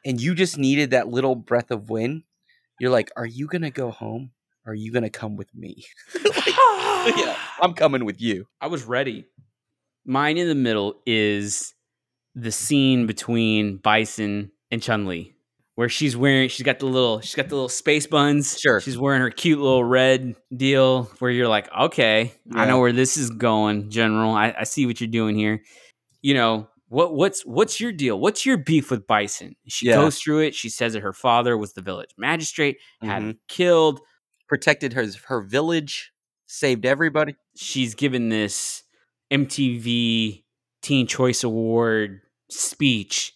Speaker 2: and you just needed that little breath of wind, you're like, Are you gonna go home? Or are you gonna come with me? yeah, I'm coming with you.
Speaker 1: I was ready. Mine in the middle is the scene between Bison and Chun Li, where she's wearing she's got the little she's got the little space buns.
Speaker 2: Sure.
Speaker 1: She's wearing her cute little red deal where you're like, okay, I know
Speaker 2: Yeah.
Speaker 1: where this is going, General. I, I see what you're doing here. You know, what what's what's your deal? What's your beef with Bison? She
Speaker 2: Yeah.
Speaker 1: goes through it. She says that her father was the village magistrate, had
Speaker 2: Mhm.
Speaker 1: him killed.
Speaker 2: Protected her her village, saved everybody.
Speaker 1: she's given this MTV Teen Choice Award speech,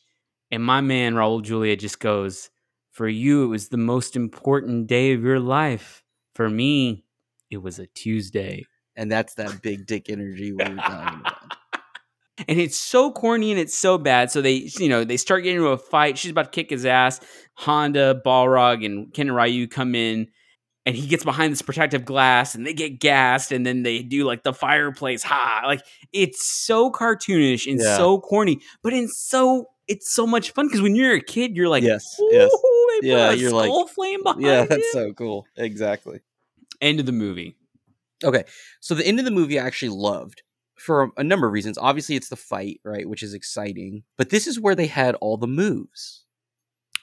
Speaker 1: and my man Raul Julia just goes, "For you, it was the most important day of your life. For me, it was a Tuesday."
Speaker 2: And that's that big dick energy we were talking about.
Speaker 1: And it's so corny and it's so bad. So they, you know, they start getting into a fight. She's about to kick his ass. Honda, Balrog, and Ken and Ryu come in, and he gets behind this protective glass, and they get gassed, and then they do like the fireplace. Ha! Like it's so cartoonish and
Speaker 2: Yeah.
Speaker 1: so corny, but in so it's so much fun because when you're a kid, you're like,
Speaker 2: Yes,
Speaker 1: "Ooh,
Speaker 2: yes.
Speaker 1: they put
Speaker 2: Yeah,
Speaker 1: a
Speaker 2: you're like-
Speaker 1: skull flame behind
Speaker 2: Yeah, that's
Speaker 1: it."
Speaker 2: so cool. Exactly.
Speaker 1: End of the movie.
Speaker 2: So the end of the movie I actually loved for a number of reasons. Obviously, it's the fight, right, which is exciting. But this is where they had all the moves.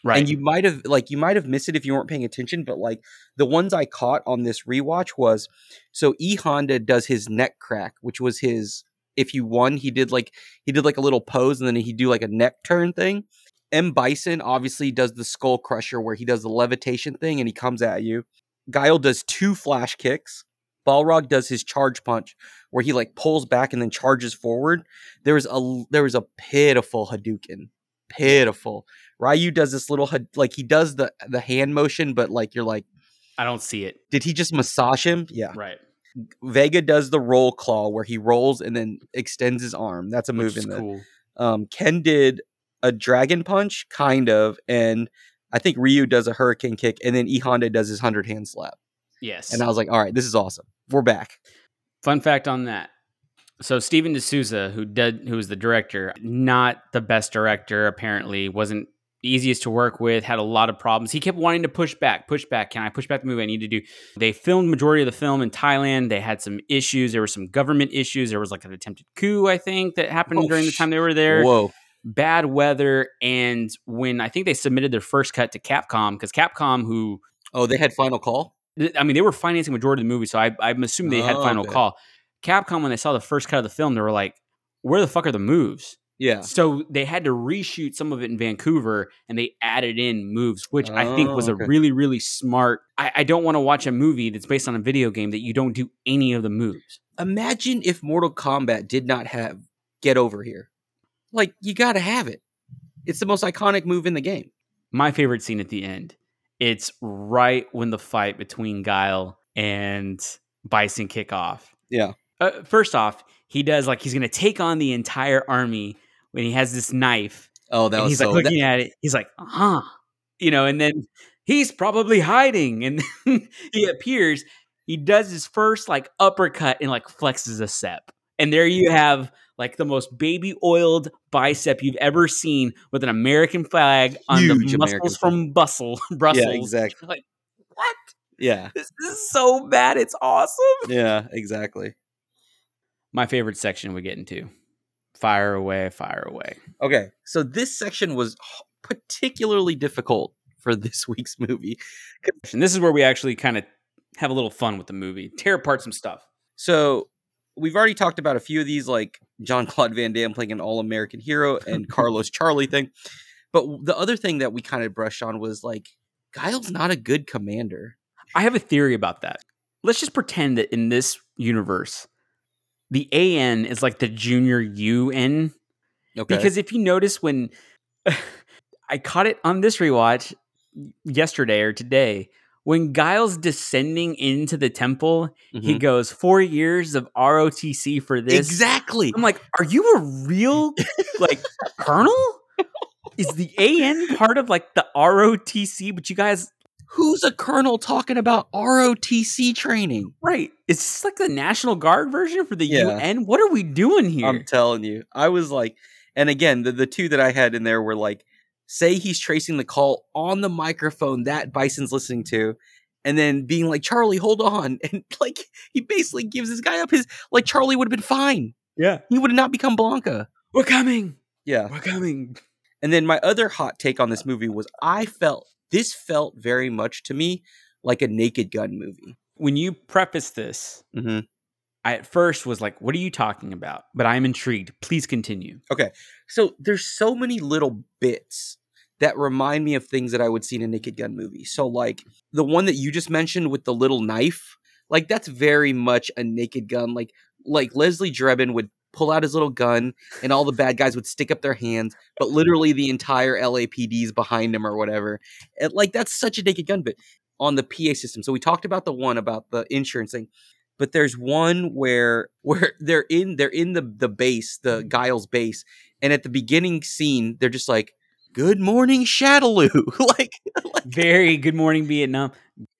Speaker 1: Right.
Speaker 2: And you might have like you might have missed it if you weren't paying attention, but like the ones I caught on this rewatch was so E Honda does his neck crack, which was his if you won, he did like he did like a little pose and then he'd do like a neck turn thing. M Bison obviously does the skull crusher where he does the levitation thing and he comes at you. Guile does two flash kicks. Balrog does his charge punch where he like pulls back and then charges forward. There was a there was a pitiful Hadouken. Pitiful Ryu does this little h- like he does the the hand motion, but like you're like,
Speaker 1: I don't see it.
Speaker 2: did he just massage him? Yeah.
Speaker 1: Right.
Speaker 2: Vega does the roll claw where he rolls and then extends his arm. That's a move
Speaker 1: Which is
Speaker 2: in the
Speaker 1: cool.
Speaker 2: um, Ken did a dragon punch, kind of, and I think Ryu does a hurricane kick, and then E Honda does his hundred hand slap.
Speaker 1: Yes.
Speaker 2: And I was like, all right, this is awesome. We're back.
Speaker 1: Fun fact on that. So Steven D'Souza, who did who was the director, not the best director, apparently, wasn't the easiest to work with, had a lot of problems. He kept wanting to push back, push back. Can I push back the movie I need to do? They filmed majority of the film in Thailand. They had some issues. There were some government issues. There was like an attempted coup, I think, that happened
Speaker 2: Oh,
Speaker 1: during the
Speaker 2: sh-
Speaker 1: time they were there.
Speaker 2: Whoa.
Speaker 1: Bad weather. And when I think they submitted their first cut to Capcom, because Capcom, who
Speaker 2: Oh, they had final call.
Speaker 1: th- I mean, they were financing majority of the movie, so I, I'm assuming they had
Speaker 2: Oh,
Speaker 1: final
Speaker 2: okay.
Speaker 1: call. Capcom, when they saw the first cut of the film, they were like, "Where the fuck are the moves?"
Speaker 2: Yeah.
Speaker 1: So they had to reshoot some of it in Vancouver, and they added in moves, which I think
Speaker 2: Oh,
Speaker 1: was
Speaker 2: okay.
Speaker 1: a really, really smart. I, I don't want to watch a movie that's based on a video game that you don't do any of the moves.
Speaker 2: Imagine if Mortal Kombat did not have Get Over Here. Like, you got to have it. It's the most iconic move in the game.
Speaker 1: My favorite scene at the end, it's right when the fight between Guile and Bison kick off.
Speaker 2: Yeah.
Speaker 1: uh, first off, he does like he's gonna take on the entire army when he has this knife,
Speaker 2: Oh, that
Speaker 1: and
Speaker 2: was
Speaker 1: he's
Speaker 2: so.
Speaker 1: like looking at it. He's like, "Huh," you know, and then he's probably hiding, and then he appears. He does his first like uppercut and like flexes a step, and there you have like the most baby oiled bicep you've ever seen with an American flag on
Speaker 2: Huge
Speaker 1: the muscles
Speaker 2: American flag.
Speaker 1: from Bustle, Brussels.
Speaker 2: Yeah, exactly.
Speaker 1: Like what?
Speaker 2: Yeah.
Speaker 1: This is so bad. It's awesome.
Speaker 2: Yeah, exactly.
Speaker 1: my favorite section we get into fire away fire away
Speaker 2: Okay, so this section was h- particularly difficult for this week's movie.
Speaker 1: and this is where we actually kind of have a little fun with the movie tear apart some stuff
Speaker 2: So we've already talked about a few of these, like John Claude Van Damme playing an All American hero and Carlos Charlie thing. But w- the other thing that we kind of brushed on was like Guile's not a good commander.
Speaker 1: i have a theory about that let's just pretend that in this universe the an is like the junior un
Speaker 2: Okay,
Speaker 1: because if you notice when i caught it on this rewatch yesterday or today when Giles descending into the temple, he
Speaker 2: Mhm.
Speaker 1: goes four years of ROTC for this,
Speaker 2: exactly.
Speaker 1: I'm like, are you a real like colonel? Is the AN part of like the ROTC? But you guys,
Speaker 2: Who's a colonel talking about ROTC training?
Speaker 1: right? Is this like the National Guard version for the
Speaker 2: Yeah. Um,
Speaker 1: UN? What are we doing here?
Speaker 2: I'm telling you, I was like, and again, the, the two that I had in there were like, say he's tracing the call on the microphone that Bison's listening to, and then being like, Charlie, hold on. And like, he basically gives this guy up his, like, Charlie would have been fine.
Speaker 1: yeah,
Speaker 2: He would have not become Blanca.
Speaker 1: we're coming.
Speaker 2: Yeah.
Speaker 1: We're coming.
Speaker 2: And then my other hot take on this movie was I felt this felt very much to me like a Naked Gun movie.
Speaker 1: When you preface this,
Speaker 2: Mm-hmm.
Speaker 1: I at first was like, "What are you talking about?" But I'm intrigued. Please continue.
Speaker 2: So there's so many little bits that remind me of things that I would see in a Naked Gun movie. So like the one that you just mentioned with the little knife, like that's very much a Naked Gun. Like like Leslie Drebin would pull out his little gun and all the bad guys would stick up their hands, but literally the entire LAPD's behind him or whatever. And like that's such a Naked Gun bit on the PA system. So we talked about the one about the insurance thing. But there's one where where they're in they're in the the base, the Giles base, and at the beginning scene, they're just like, "Good morning, Shadaloo." like
Speaker 1: Very good morning, Vietnam.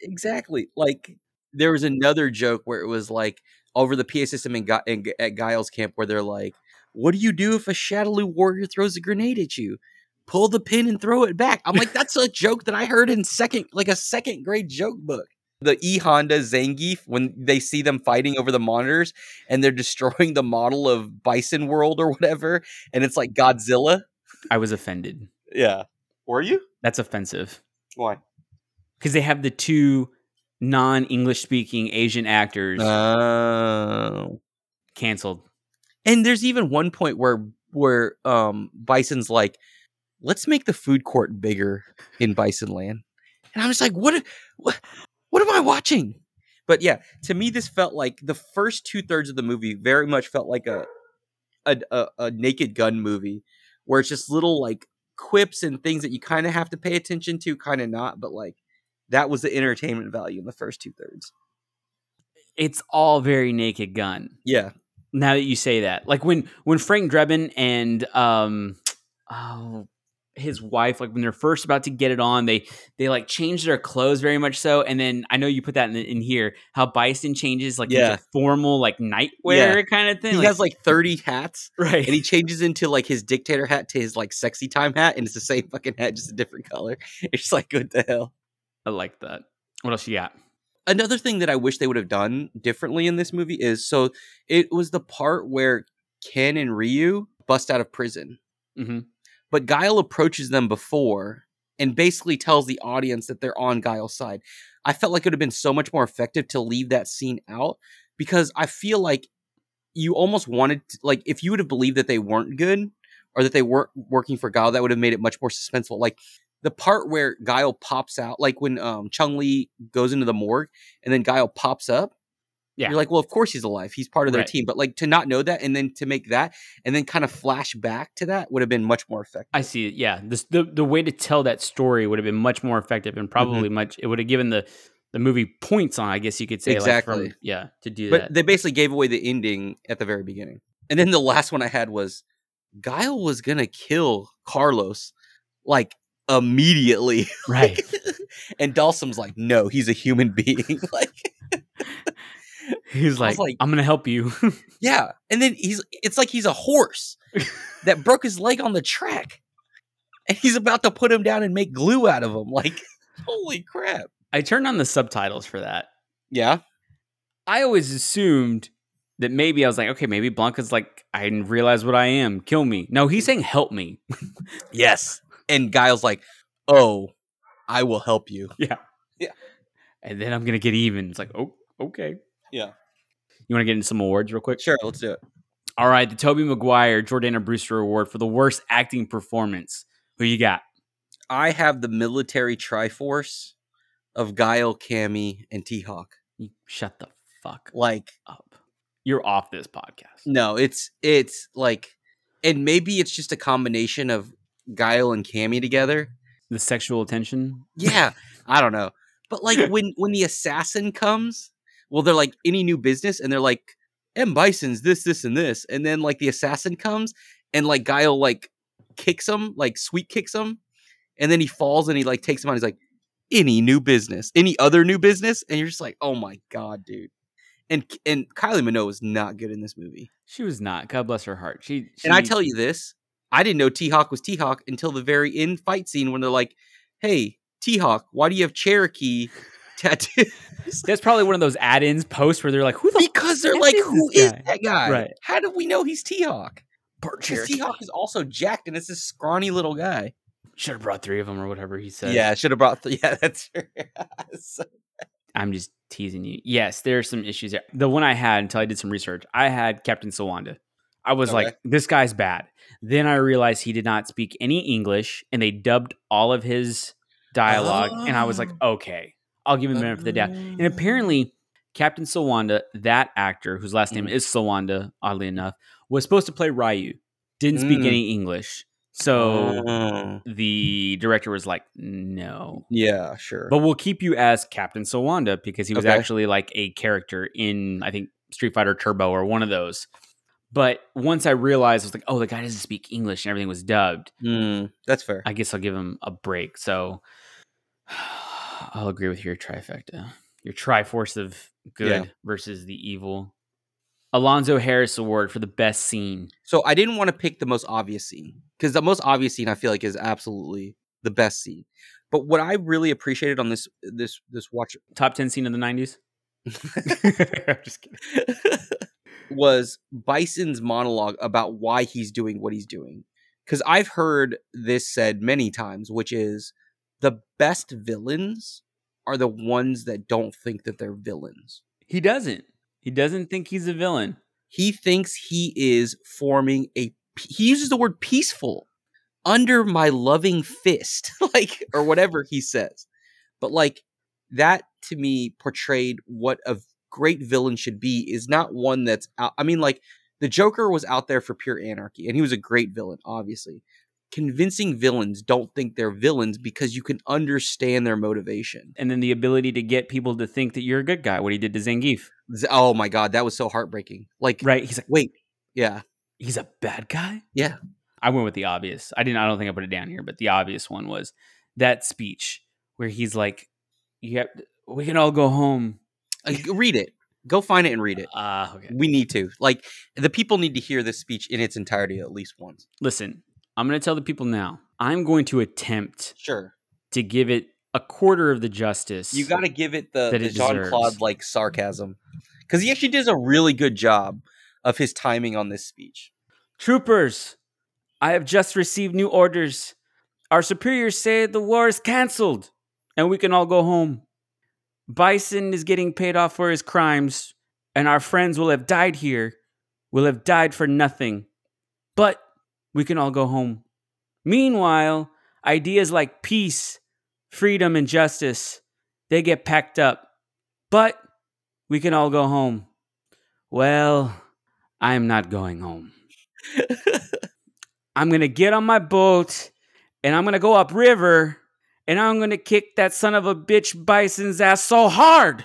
Speaker 2: exactly. Like there was another joke where it was like over the PA system in, Gu- in at Giles camp where they're like, "What do you do if a Shadaloo warrior throws a grenade at you?" Pull the pin and throw it back. I'm like, that's a joke that I heard in second, like a second grade joke book. The E Honda Zangief, when they see them fighting over the monitors and they're destroying the model of Bison World or whatever, and it's like Godzilla.
Speaker 1: I was offended.
Speaker 2: Yeah. Were you?
Speaker 1: That's offensive
Speaker 2: Why?
Speaker 1: because they have the two non-English speaking Asian actors
Speaker 2: Uh. Oh.
Speaker 1: canceled.
Speaker 2: And there's even one point where where um Bison's like, let's make the food court bigger in Bison Land. And I'm just like, what what, what am I watching? But yeah, to me this felt like the first two thirds of the movie very much felt like a a, a a naked gun movie where it's just little like quips and things that you kind of have to pay attention to, kind of not, but like that was the entertainment value in the first two thirds.
Speaker 1: It's all very Naked Gun.
Speaker 2: Yeah.
Speaker 1: Now that you say that, like when when Frank Drebin and um, oh, his wife, like when they're first about to get it on, they they like change their clothes very much so. And then I know you put that in, in here how Bison changes like into
Speaker 2: Yeah.
Speaker 1: formal like nightwear
Speaker 2: Yeah.
Speaker 1: kind of thing.
Speaker 2: He
Speaker 1: like-
Speaker 2: has like 30 hats
Speaker 1: right.
Speaker 2: and he changes into like his dictator hat to his like sexy time hat and it's the same fucking hat, just a different color. It's just like, what the hell?
Speaker 1: I like that. What else you got?
Speaker 2: another thing that I wish they would have done differently in this movie is so it was the part where Ken and Ryu bust out of prison,
Speaker 1: hmm
Speaker 2: but Guile approaches them before and basically tells the audience that they're on Guile's side. I felt like it would have been so much more effective to leave that scene out because I feel like you almost wanted to, like if you would have believed that they weren't good or that they weren't working for Guile, that would have made it much more suspenseful. Like the part where Guile pops out, like when um, Chung Lee goes into the morgue and then Guile pops up.
Speaker 1: Yeah.
Speaker 2: You're like, well, of course he's alive. He's part of their
Speaker 1: Right.
Speaker 2: team. But like to not know that and then to make that and then kind of flash back to that would have been much more effective.
Speaker 1: I see. Yeah, this, the the way to tell that story would have been much more effective
Speaker 2: Mm-hmm.
Speaker 1: and probably much. It would have given the the movie points on. I guess you could say Like
Speaker 2: Exactly.
Speaker 1: from, yeah, to do
Speaker 2: But
Speaker 1: that.
Speaker 2: they basically gave away the ending at the very beginning. And then the last one I had was Guile was gonna kill Carlos like immediately.
Speaker 1: right.
Speaker 2: and Dalsum's like, no, he's a human being. like,
Speaker 1: He's
Speaker 2: I
Speaker 1: like,
Speaker 2: was like-
Speaker 1: I'm gonna help you.
Speaker 2: yeah. And then he's it's like he's a horse that broke his leg on the track. And he's about to put him down and make glue out of him. Like, holy crap.
Speaker 1: I turned on the subtitles for that.
Speaker 2: Yeah.
Speaker 1: I always assumed that maybe I was like, okay, maybe Blanca's like, I didn't realize what I am. Kill me. No, he's saying help me.
Speaker 2: Yes. And Guile's like, oh, I will help you.
Speaker 1: and then I'm gonna get even. It's like, oh, okay.
Speaker 2: Yeah.
Speaker 1: You want to get into some awards real quick?
Speaker 2: Sure, let's do it.
Speaker 1: All right, the Toby Maguire Jordana Brewster Award for the worst acting performance. Who you got?
Speaker 2: I have the military triforce of Guile, Cammy, and T Hawk.
Speaker 1: You shut the fuck
Speaker 2: Like,
Speaker 1: up. You're off this podcast.
Speaker 2: no, it's it's like, and maybe it's just a combination of Guile and Cammy together.
Speaker 1: The sexual attention.
Speaker 2: Yeah, I don't know, but like when when the assassin comes, well, they're like any new business, and they're like M Bison's this, this, and this, and then like the assassin comes, and like Guile like kicks him, like sweet kicks him, and then he falls and he like takes him out. He's like, any new business, any other new business, and you're just like, oh my god, dude. And and Kylie Minogue was not good in this movie.
Speaker 1: She was not. God bless her heart. She,
Speaker 2: And I
Speaker 1: she-
Speaker 2: tell you this, I didn't know T Hawk was T Hawk until the very end fight scene when they're like, "Hey, T Hawk, why do you have Cherokee tattoos?"
Speaker 1: that's probably one of those add-ins posts where they're like, "Who the
Speaker 2: because they're
Speaker 1: This
Speaker 2: like,
Speaker 1: is
Speaker 2: "Who
Speaker 1: this
Speaker 2: is
Speaker 1: guy."
Speaker 2: that guy?
Speaker 1: Right.
Speaker 2: How do we know he's T Hawk?"
Speaker 1: Bart
Speaker 2: Because T Hawk is also jacked, and it's this scrawny little guy.
Speaker 1: should have brought three of them or whatever he said."
Speaker 2: I should have brought. Th- yeah, that's so-
Speaker 1: I'm just teasing you. Yes, there are some issues there. The one I had until I did some research, I had Captain Sawanda. I was
Speaker 2: Okay.
Speaker 1: like, this guy's bad. Then I realized he did not speak any English and they dubbed all of his dialogue. And I was like,
Speaker 2: Ah.
Speaker 1: okay, I'll give him a minute for the doubt. And apparently, Captain Sawanda, that actor whose last name
Speaker 2: Mhm.
Speaker 1: is Sawanda, oddly enough, was supposed to play Ryu, didn't speak
Speaker 2: Mm.
Speaker 1: any English. So
Speaker 2: Oh.
Speaker 1: the director was like, no.
Speaker 2: yeah, sure.
Speaker 1: But we'll keep you as Captain Sawanda because he was
Speaker 2: Okay.
Speaker 1: actually like a character in I think Street Fighter Turbo or one of those. But once I realized I was like, oh, the guy doesn't speak English and everything was dubbed.
Speaker 2: Mm, that's fair.
Speaker 1: I guess I'll give him a break. So I'll agree with your trifecta, your triforce of good
Speaker 2: Yeah.
Speaker 1: versus the evil. Alonzo Harris Award for the best scene.
Speaker 2: So I didn't want to pick the most obvious scene because the most obvious scene I feel like is absolutely the best scene. But what I really appreciated on this this this watch
Speaker 1: Top ten scene of the nineties. just kidding.
Speaker 2: was Bison's monologue about why he's doing what he's doing. Because I've heard this said many times, which is the best villains are the ones that don't think that they're villains.
Speaker 1: He doesn't. He doesn't think he's a villain.
Speaker 2: He thinks he is forming a. p- He uses the word peaceful under my loving fist, like, or whatever he says. But, like, that to me portrayed what a great villain should be is not one that's out. I mean, like, the Joker was out there for pure anarchy, and he was a great villain, obviously. convincing villains don't think they're villains because you can understand their motivation.
Speaker 1: And then the ability to get people to think that you're a good guy. What he did to Zangief,
Speaker 2: Z- Oh my god, that was so heartbreaking. Like,
Speaker 1: right? He's like,
Speaker 2: wait, yeah,
Speaker 1: he's a bad guy.
Speaker 2: Yeah.
Speaker 1: I went with the obvious. I didn't. I don't think I put it down here, but the obvious one was that speech where he's like, "You have, we can all go home."
Speaker 2: Uh, g- read it. Go find it and read it.
Speaker 1: Ah, okay.
Speaker 2: We need to. Like, the people need to hear this speech in its entirety at least once.
Speaker 1: Listen, I'm going to tell the people now. I'm going to attempt
Speaker 2: Sure,
Speaker 1: to give it a quarter of the justice.
Speaker 2: you got to give it the,
Speaker 1: That
Speaker 2: the
Speaker 1: it
Speaker 2: Jean
Speaker 1: deserves.
Speaker 2: Claude like sarcasm because he actually does a really good job of his timing on this speech.
Speaker 1: Troopers, I have just received new orders. Our superiors say the war is canceled and we can all go home. Bison is getting paid off for his crimes, and our friends will have died here, will have died for nothing. But we can all go home. Meanwhile, ideas like peace, freedom, and justice, they get packed up. But we can all go home. Well, I'm not going home. I'm gonna get on my boat and I'm gonna go upriver and I'm gonna kick that son of a bitch bison's ass so hard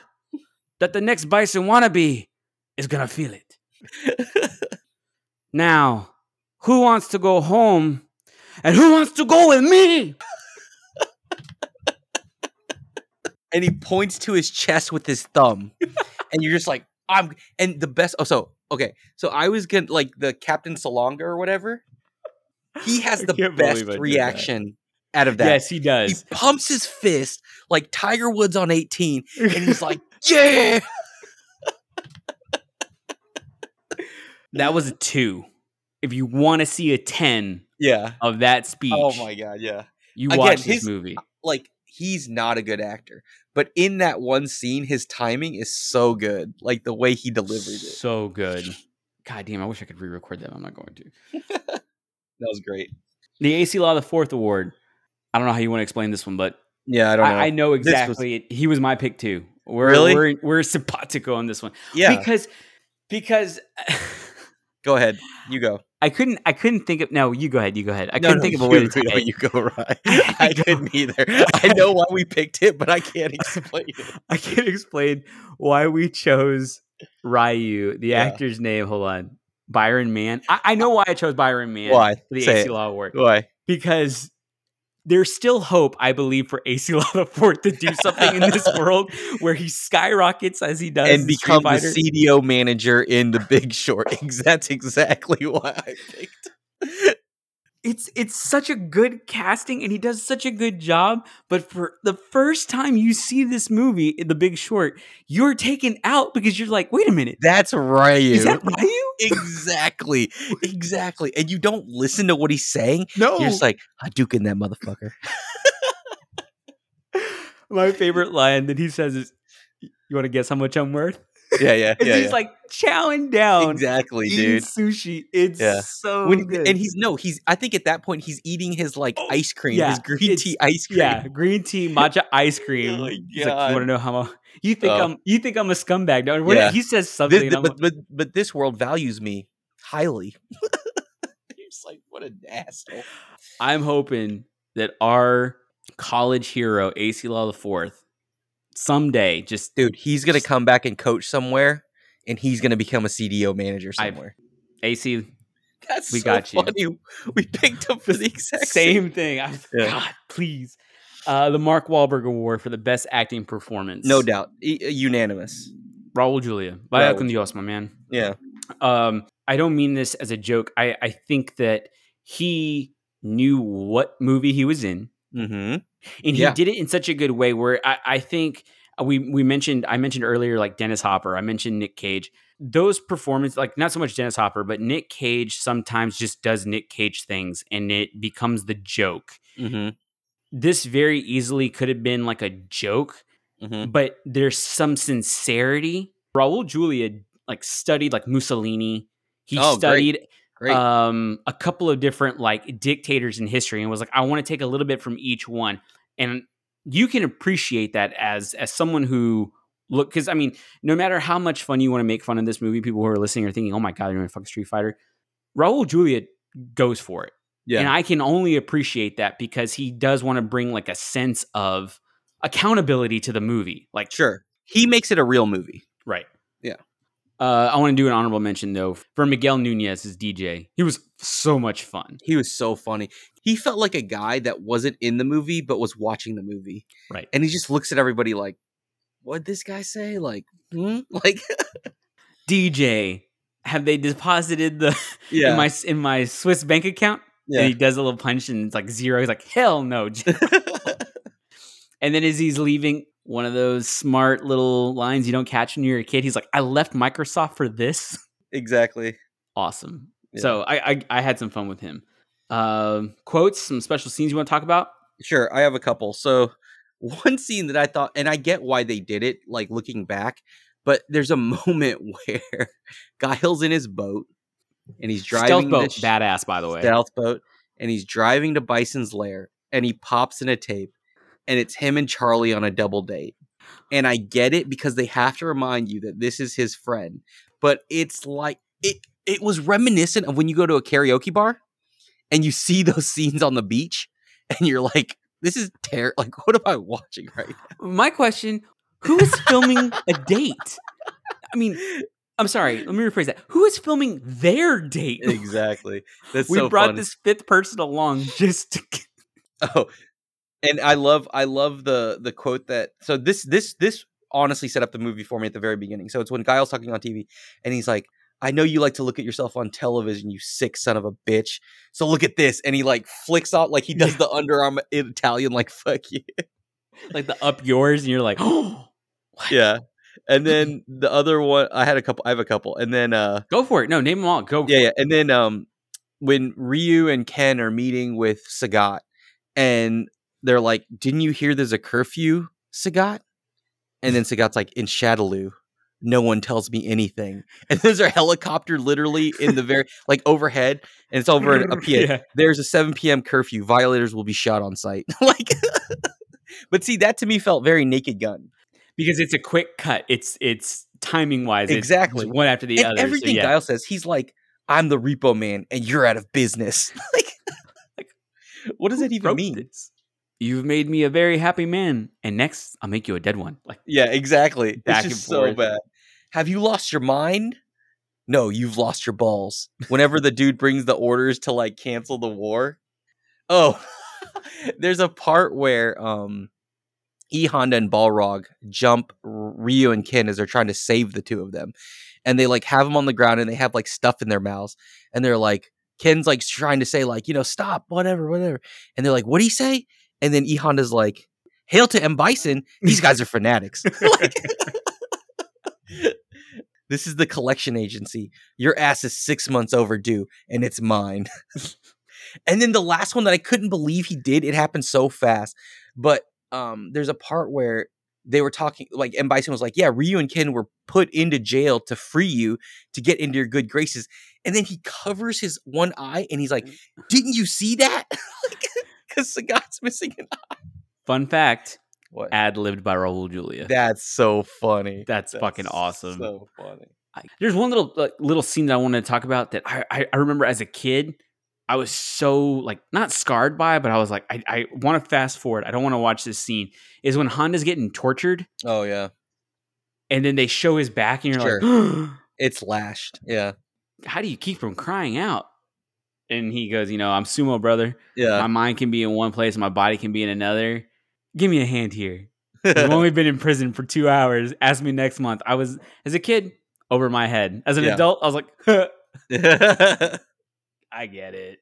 Speaker 1: that the next bison wannabe is gonna feel it. now, who wants to go home and who wants to go with me?
Speaker 2: and he points to his chest with his thumb, and you're just like, I'm. And the best. Oh, so okay, so I was gonna like the Captain Salonga or whatever. He has
Speaker 1: I
Speaker 2: the
Speaker 1: can't
Speaker 2: best
Speaker 1: believe I did that.
Speaker 2: reaction out of that.
Speaker 1: he
Speaker 2: he
Speaker 1: does.
Speaker 2: pumps his fist like Tiger Woods on 18, and he's like, "Yeah,
Speaker 1: that was a two. If you want to see a ten
Speaker 2: yeah."
Speaker 1: of that speech,
Speaker 2: Oh my god, yeah.
Speaker 1: you
Speaker 2: Again,
Speaker 1: watch this
Speaker 2: his-
Speaker 1: movie.
Speaker 2: Like he's not a good actor, but in that one scene, his timing is so good. Like the way he delivered it,
Speaker 1: So good. God damn, I wish I could re-record that. but I'm not going to.
Speaker 2: that was great.
Speaker 1: The AC Law the Fourth Award. I don't know how you want to explain this one, but
Speaker 2: Yeah, I
Speaker 1: I
Speaker 2: don't
Speaker 1: I,
Speaker 2: know.
Speaker 1: know
Speaker 2: This was-
Speaker 1: exactly. it- he was my pick too. We're,
Speaker 2: Really?
Speaker 1: We're, we're simpatico on this one
Speaker 2: yeah,
Speaker 1: because because
Speaker 2: go ahead, you go.
Speaker 1: I couldn't I couldn't think of no. You go ahead. You go ahead. I
Speaker 2: No,
Speaker 1: couldn't
Speaker 2: no,
Speaker 1: think of a way to tie
Speaker 2: you, no,
Speaker 1: it.
Speaker 2: you go right. I couldn't either. I know why we picked it, but I can't explain it.
Speaker 1: I can't explain why we chose Ryu, the
Speaker 2: Yeah.
Speaker 1: actor's name. Hold on, Byron Mann. I, I know why I chose Byron Mann.
Speaker 2: Why?
Speaker 1: for the
Speaker 2: Say
Speaker 1: AC
Speaker 2: it.
Speaker 1: Law Award?
Speaker 2: Why?
Speaker 1: because there's still hope, I believe, for AC Fourth to do something in this world where he skyrockets as he does
Speaker 2: And
Speaker 1: in Street
Speaker 2: become the
Speaker 1: Fighter.
Speaker 2: CDO manager in The Big Short. Ex- That's exactly why I picked.
Speaker 1: it's it's such a good casting, and he does such a good job. But for the first time you see this movie, The Big Short, you're taken out because you're like, wait a minute,
Speaker 2: That's Ryu.
Speaker 1: is that Ryu?
Speaker 2: exactly, exactly. And you don't listen to what he's saying.
Speaker 1: No,
Speaker 2: You're just like Hadouken that motherfucker.
Speaker 1: my favorite line that he says is, "You want to guess how much I'm worth?"
Speaker 2: Yeah, yeah,
Speaker 1: And he's like chowing down,
Speaker 2: exactly,
Speaker 1: eating
Speaker 2: dude.
Speaker 1: sushi. It's
Speaker 2: Yeah.
Speaker 1: so
Speaker 2: When-
Speaker 1: good.
Speaker 2: and he's no, he's. I think at that point he's eating his like
Speaker 1: Oh,
Speaker 2: ice cream,
Speaker 1: yeah,
Speaker 2: his green
Speaker 1: it's-
Speaker 2: tea ice cream.
Speaker 1: Yeah, green tea matcha ice cream.
Speaker 2: my
Speaker 1: He's like,
Speaker 2: God.
Speaker 1: you want to know how? I'm, you think
Speaker 2: Oh.
Speaker 1: I'm? You think I'm a scumbag? No, we're not-
Speaker 2: Yeah.
Speaker 1: he says something.
Speaker 2: This-
Speaker 1: and I'm
Speaker 2: but,
Speaker 1: like,
Speaker 2: but but this world values me highly. You're just like, what an asshole.
Speaker 1: I'm hoping that our college hero AC Law the Fourth someday just
Speaker 2: Dude, he's gonna come back and coach somewhere and he's gonna become a CDO manager
Speaker 1: I-
Speaker 2: somewhere.
Speaker 1: AC
Speaker 2: That's
Speaker 1: we
Speaker 2: so
Speaker 1: got you.
Speaker 2: funny. We picked up for the exact same.
Speaker 1: same thing. I was,
Speaker 2: Yeah.
Speaker 1: God, please. Uh, the Mark Wahlberg Award for the best acting performance.
Speaker 2: No doubt. E- uh, unanimous.
Speaker 1: Raul Julia. Vaya
Speaker 2: Raul.
Speaker 1: con Dios, my man.
Speaker 2: Yeah.
Speaker 1: um, I don't mean this as a joke. I, I think that he knew what movie he was in,
Speaker 2: Mm-hmm.
Speaker 1: and
Speaker 2: Yeah.
Speaker 1: he did it in such a good way. Where I, I think uh, we we mentioned I mentioned earlier like Dennis Hopper. I mentioned Nick Cage. Those performances, like not so much Dennis Hopper, but Nick Cage sometimes just does Nick Cage things, and it becomes the joke.
Speaker 2: Mm-hmm.
Speaker 1: This very easily could have been like a joke,
Speaker 2: Mm-hmm.
Speaker 1: but there's some sincerity. Raul Julia like studied like Mussolini. He
Speaker 2: Oh, great.
Speaker 1: studied
Speaker 2: Great.
Speaker 1: um, a couple of different like dictators in history and was like, I want to take a little bit from each one. And you can appreciate that as as someone who look because I mean, no matter how much fun you want to make fun of this movie, people who are listening are thinking, oh my god, you're gonna fuck Street Fighter. Raul Julia goes for it.
Speaker 2: Yeah.
Speaker 1: And I can only appreciate that because he does want to bring like a sense of accountability to the movie. Like,
Speaker 2: sure. He makes it a real movie.
Speaker 1: right.
Speaker 2: Yeah.
Speaker 1: Uh, I want to do an honorable mention though for Miguel Nunez as DJ. He was so much fun.
Speaker 2: He was so funny. He felt like a guy that wasn't in the movie but was watching the movie.
Speaker 1: Right.
Speaker 2: And he just looks at everybody like, what'd this guy say? Like, hmm? Like,
Speaker 1: DJ, have they deposited the in my in my Swiss bank account? And he does a little punch and it's like zero. He's like, hell no. and then as he's leaving, one of those smart little lines you don't catch when you're a kid, he's like, I left Microsoft for this.
Speaker 2: exactly.
Speaker 1: Awesome.
Speaker 2: Yeah.
Speaker 1: So I, I I had some fun with him. Um, quotes, some special scenes you want to talk about?
Speaker 2: Sure, I have a couple. So one scene that I thought, and I get why they did it, like looking back, but there's a moment where Guile's in his boat and he's driving
Speaker 1: Stealth boat,
Speaker 2: this
Speaker 1: badass by the way.
Speaker 2: stealth boat, and he's driving to Bison's lair, and he pops in a tape, and it's him and Charlie on a double date. And I get it because they have to remind you that this is his friend, but it's like it. It was reminiscent of when you go to a karaoke bar, and you see those scenes on the beach, and you're like, "This is terrible! Like, what am I watching right now?"
Speaker 1: My question: Who is filming a date? I mean, I'm sorry. Let me rephrase that. Who is filming their date?
Speaker 2: Exactly. That's
Speaker 1: we
Speaker 2: so
Speaker 1: brought
Speaker 2: funny.
Speaker 1: this fifth person along just to.
Speaker 2: Oh, and I love I love the the quote that so this this this honestly set up the movie for me at the very beginning. So it's when Guile's talking on TV and he's like, "I know you like to look at yourself on television, you sick son of a bitch. So look at this." And he like flicks out like he does the underarm Italian like fuck you.
Speaker 1: like the up yours, and you're like, oh, what?
Speaker 2: Yeah. And then the other one I had a couple I have a couple. And then uh
Speaker 1: go for it. No, name them all. Go.
Speaker 2: yeah, yeah. And then um, when Ryu and Ken are meeting with Sagat, and they're like, "Didn't you hear there's a curfew, Sagat?" And then Sagat's like, "In Shadaloo, no one tells me anything." And there's a helicopter literally in the very like overhead, and it's over in a PA.
Speaker 1: Yeah.
Speaker 2: There's a 7 p.m. curfew. Violators will be shot on sight. like, but see, that to me felt very Naked Gun.
Speaker 1: because it's a quick cut. It's it's timing wise.
Speaker 2: Exactly.
Speaker 1: one after the
Speaker 2: and
Speaker 1: other. so
Speaker 2: everything
Speaker 1: yeah.
Speaker 2: Guile says, he's like, "I'm the repo man, and you're out of business." like, like, what does
Speaker 1: Who
Speaker 2: that even
Speaker 1: wrote
Speaker 2: mean?
Speaker 1: this? You've made me a very happy man, and next I'll make you a dead one. Like
Speaker 2: Yeah, exactly.
Speaker 1: Back
Speaker 2: it's
Speaker 1: and
Speaker 2: just so
Speaker 1: forth.
Speaker 2: bad. Have you lost your mind? No, you've lost your balls. Whenever the dude brings the orders to like cancel the war, oh, there's a part where um, E Honda and Balrog jump R- Ryu and Ken as they're trying to save the two of them, and they like have them on the ground and they have like stuff in their mouths, and they're like Ken's like trying to say like you know stop whatever whatever, and they're like what do you say? And then E Honda's like hail to M Bison. These guys are fanatics. Like- this is the collection agency. Your ass is six months overdue, and it's mine. and then the last one that I couldn't believe he did. It happened so fast. But um, there's a part where they were talking, like M Bison was like, "Yeah, Ryu and Ken were put into jail to free you to get into your good graces." And then he covers his one eye, and he's like, "Didn't you see that?" Because the guy's missing an eye.
Speaker 1: fun fact,
Speaker 2: What?
Speaker 1: ad libbed by Raul Julia.
Speaker 2: That's so funny.
Speaker 1: that's, fucking awesome.
Speaker 2: So funny.
Speaker 1: I- there's one little like, little scene that I wanted to talk about that I, I I remember as a kid I was so like not scarred by, but I was like I, I want to fast forward. I don't want to watch this scene. Is when Honda's getting tortured
Speaker 2: Oh yeah,
Speaker 1: and then they show his back and you're like,
Speaker 2: it's lashed. Yeah,
Speaker 1: how do you keep from crying out? And he goes, you know, I'm sumo brother.
Speaker 2: yeah.
Speaker 1: my mind can be in one place, my body can be in another. Give me a hand here. I've only been in prison for two hours. Ask me next month. I was as a kid over my head. As an
Speaker 2: Yeah.
Speaker 1: adult, I was like, huh,
Speaker 2: yeah.
Speaker 1: I get it.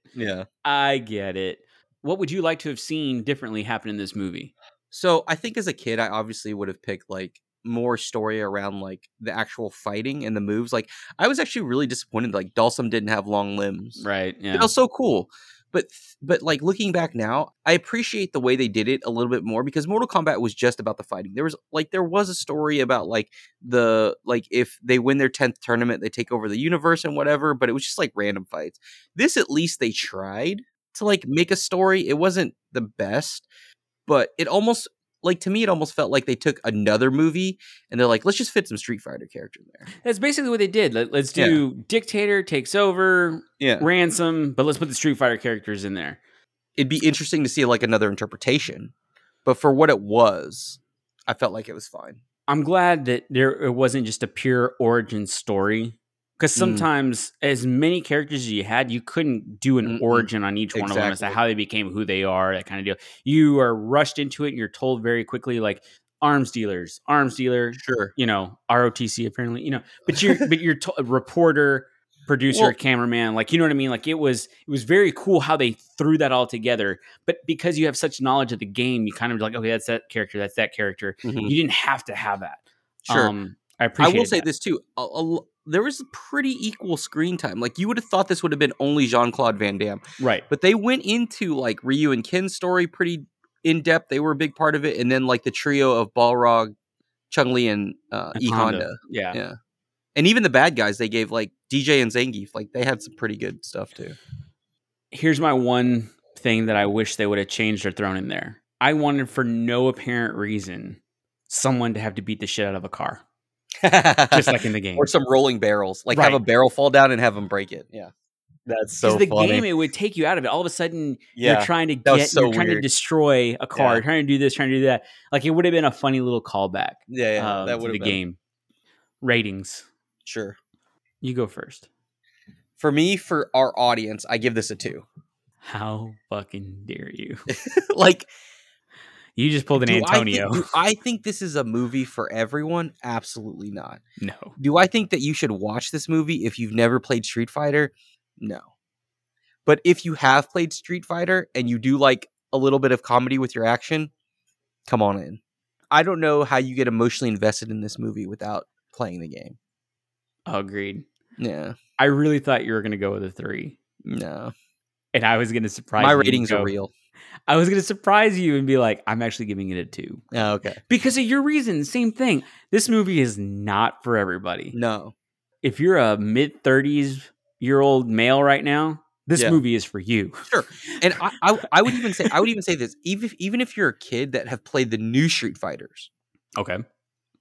Speaker 1: I get it. What would you like to have seen differently happen in this movie?
Speaker 2: So I think as a kid, I obviously would have picked like more story around like the actual fighting and the moves. Like I was actually really disappointed. Like Dalsum didn't have long limbs.
Speaker 1: Right.
Speaker 2: That
Speaker 1: Yeah.
Speaker 2: was so cool. But but like looking back now, I appreciate the way they did it a little bit more because Mortal Kombat was just about the fighting. There was like there was a story about like the like if they win their tenth tournament, they take over the universe and whatever. But it was just like random fights. This at least they tried to like make a story. It wasn't the best, but it almost like to me it almost felt like they took another movie and they're like let's just fit some street fighter character in there
Speaker 1: That's basically what they did. Let, let's do dictator takes over,
Speaker 2: yeah
Speaker 1: ransom, but let's put the Street Fighter characters in there.
Speaker 2: it'd be interesting to see like another interpretation but for what it was i felt like it was fine
Speaker 1: I'm glad that there it wasn't just a pure origin story because
Speaker 2: Mm.
Speaker 1: sometimes as many characters as you had, you couldn't do an
Speaker 2: Mm-mm.
Speaker 1: origin on each one of them as to
Speaker 2: Exactly.
Speaker 1: how they became who they are, that kind of deal. You are rushed into it and you're told very quickly like arms dealers, arms dealer,
Speaker 2: sure
Speaker 1: you know, ROTC apparently, you know, but you're but you're to- reporter, producer,
Speaker 2: Well-
Speaker 1: cameraman, like you know what I mean? Like it was it was very cool how they threw that all together. But because you have such knowledge of the game, you kind of like, okay, that's that character, that's that character. You didn't have to have that.
Speaker 2: Mm-hmm. sure
Speaker 1: Mm-hmm. Um, I
Speaker 2: i
Speaker 1: appreciate.
Speaker 2: will say this too a, a l- there was pretty equal screen time like you would have thought this would have been only jean-claude van damme
Speaker 1: right.
Speaker 2: but they went into like Ryu and Ken's story pretty in depth. They were a big part of it, and then like the trio of Balrog, Chung Li, and uh, E Honda,
Speaker 1: Yeah.
Speaker 2: Yeah. and even the bad guys. They gave like DJ and Zangief. Like they had some pretty good stuff too.
Speaker 1: Here's my one thing that I wish they would have changed or thrown in there. I wanted for no apparent reason someone to have to beat the shit out of a car, just like in the game.
Speaker 2: or some rolling barrels. Like have a
Speaker 1: Right.
Speaker 2: barrel fall down and have them break it. Yeah, that's so
Speaker 1: Because the
Speaker 2: funny.
Speaker 1: game, it would take you out of it. All of a sudden, you're
Speaker 2: yeah,
Speaker 1: trying to
Speaker 2: was
Speaker 1: get,
Speaker 2: so
Speaker 1: you're trying to
Speaker 2: weird.
Speaker 1: destroy a car,
Speaker 2: Yeah.
Speaker 1: you're trying to do this, trying to do that. Like it would have been a funny little callback
Speaker 2: yeah, yeah.
Speaker 1: um,
Speaker 2: that
Speaker 1: to
Speaker 2: would
Speaker 1: the
Speaker 2: have been
Speaker 1: game. Ratings.
Speaker 2: sure.
Speaker 1: You go first.
Speaker 2: For me, for our audience, I give this a two.
Speaker 1: How fucking dare you?
Speaker 2: like
Speaker 1: You just pulled an
Speaker 2: do I think-
Speaker 1: Antonio.
Speaker 2: do I think this is a movie for everyone? Absolutely not.
Speaker 1: no.
Speaker 2: Do I think that you should watch this movie if you've never played Street Fighter? No. But if you have played Street Fighter and you do like a little bit of comedy with your action, come on in. I don't know how you get emotionally invested in this movie without playing the game.
Speaker 1: Agreed.
Speaker 2: Yeah.
Speaker 1: I really thought you were going to go with a three,
Speaker 2: No.
Speaker 1: and I was going to surprise
Speaker 2: My
Speaker 1: you and
Speaker 2: ratings
Speaker 1: go-
Speaker 2: are real.
Speaker 1: I was going to surprise you and be like, I'm actually giving it a two
Speaker 2: Oh, okay.
Speaker 1: because of your reason. Same thing. This movie is not for everybody.
Speaker 2: No.
Speaker 1: If you're a mid 30s year old male right now, this
Speaker 2: Yeah.
Speaker 1: movie is for you.
Speaker 2: Sure. And I, I I would even say I would even say this. Even if, even if you're a kid that have played the new Street Fighters,
Speaker 1: Okay.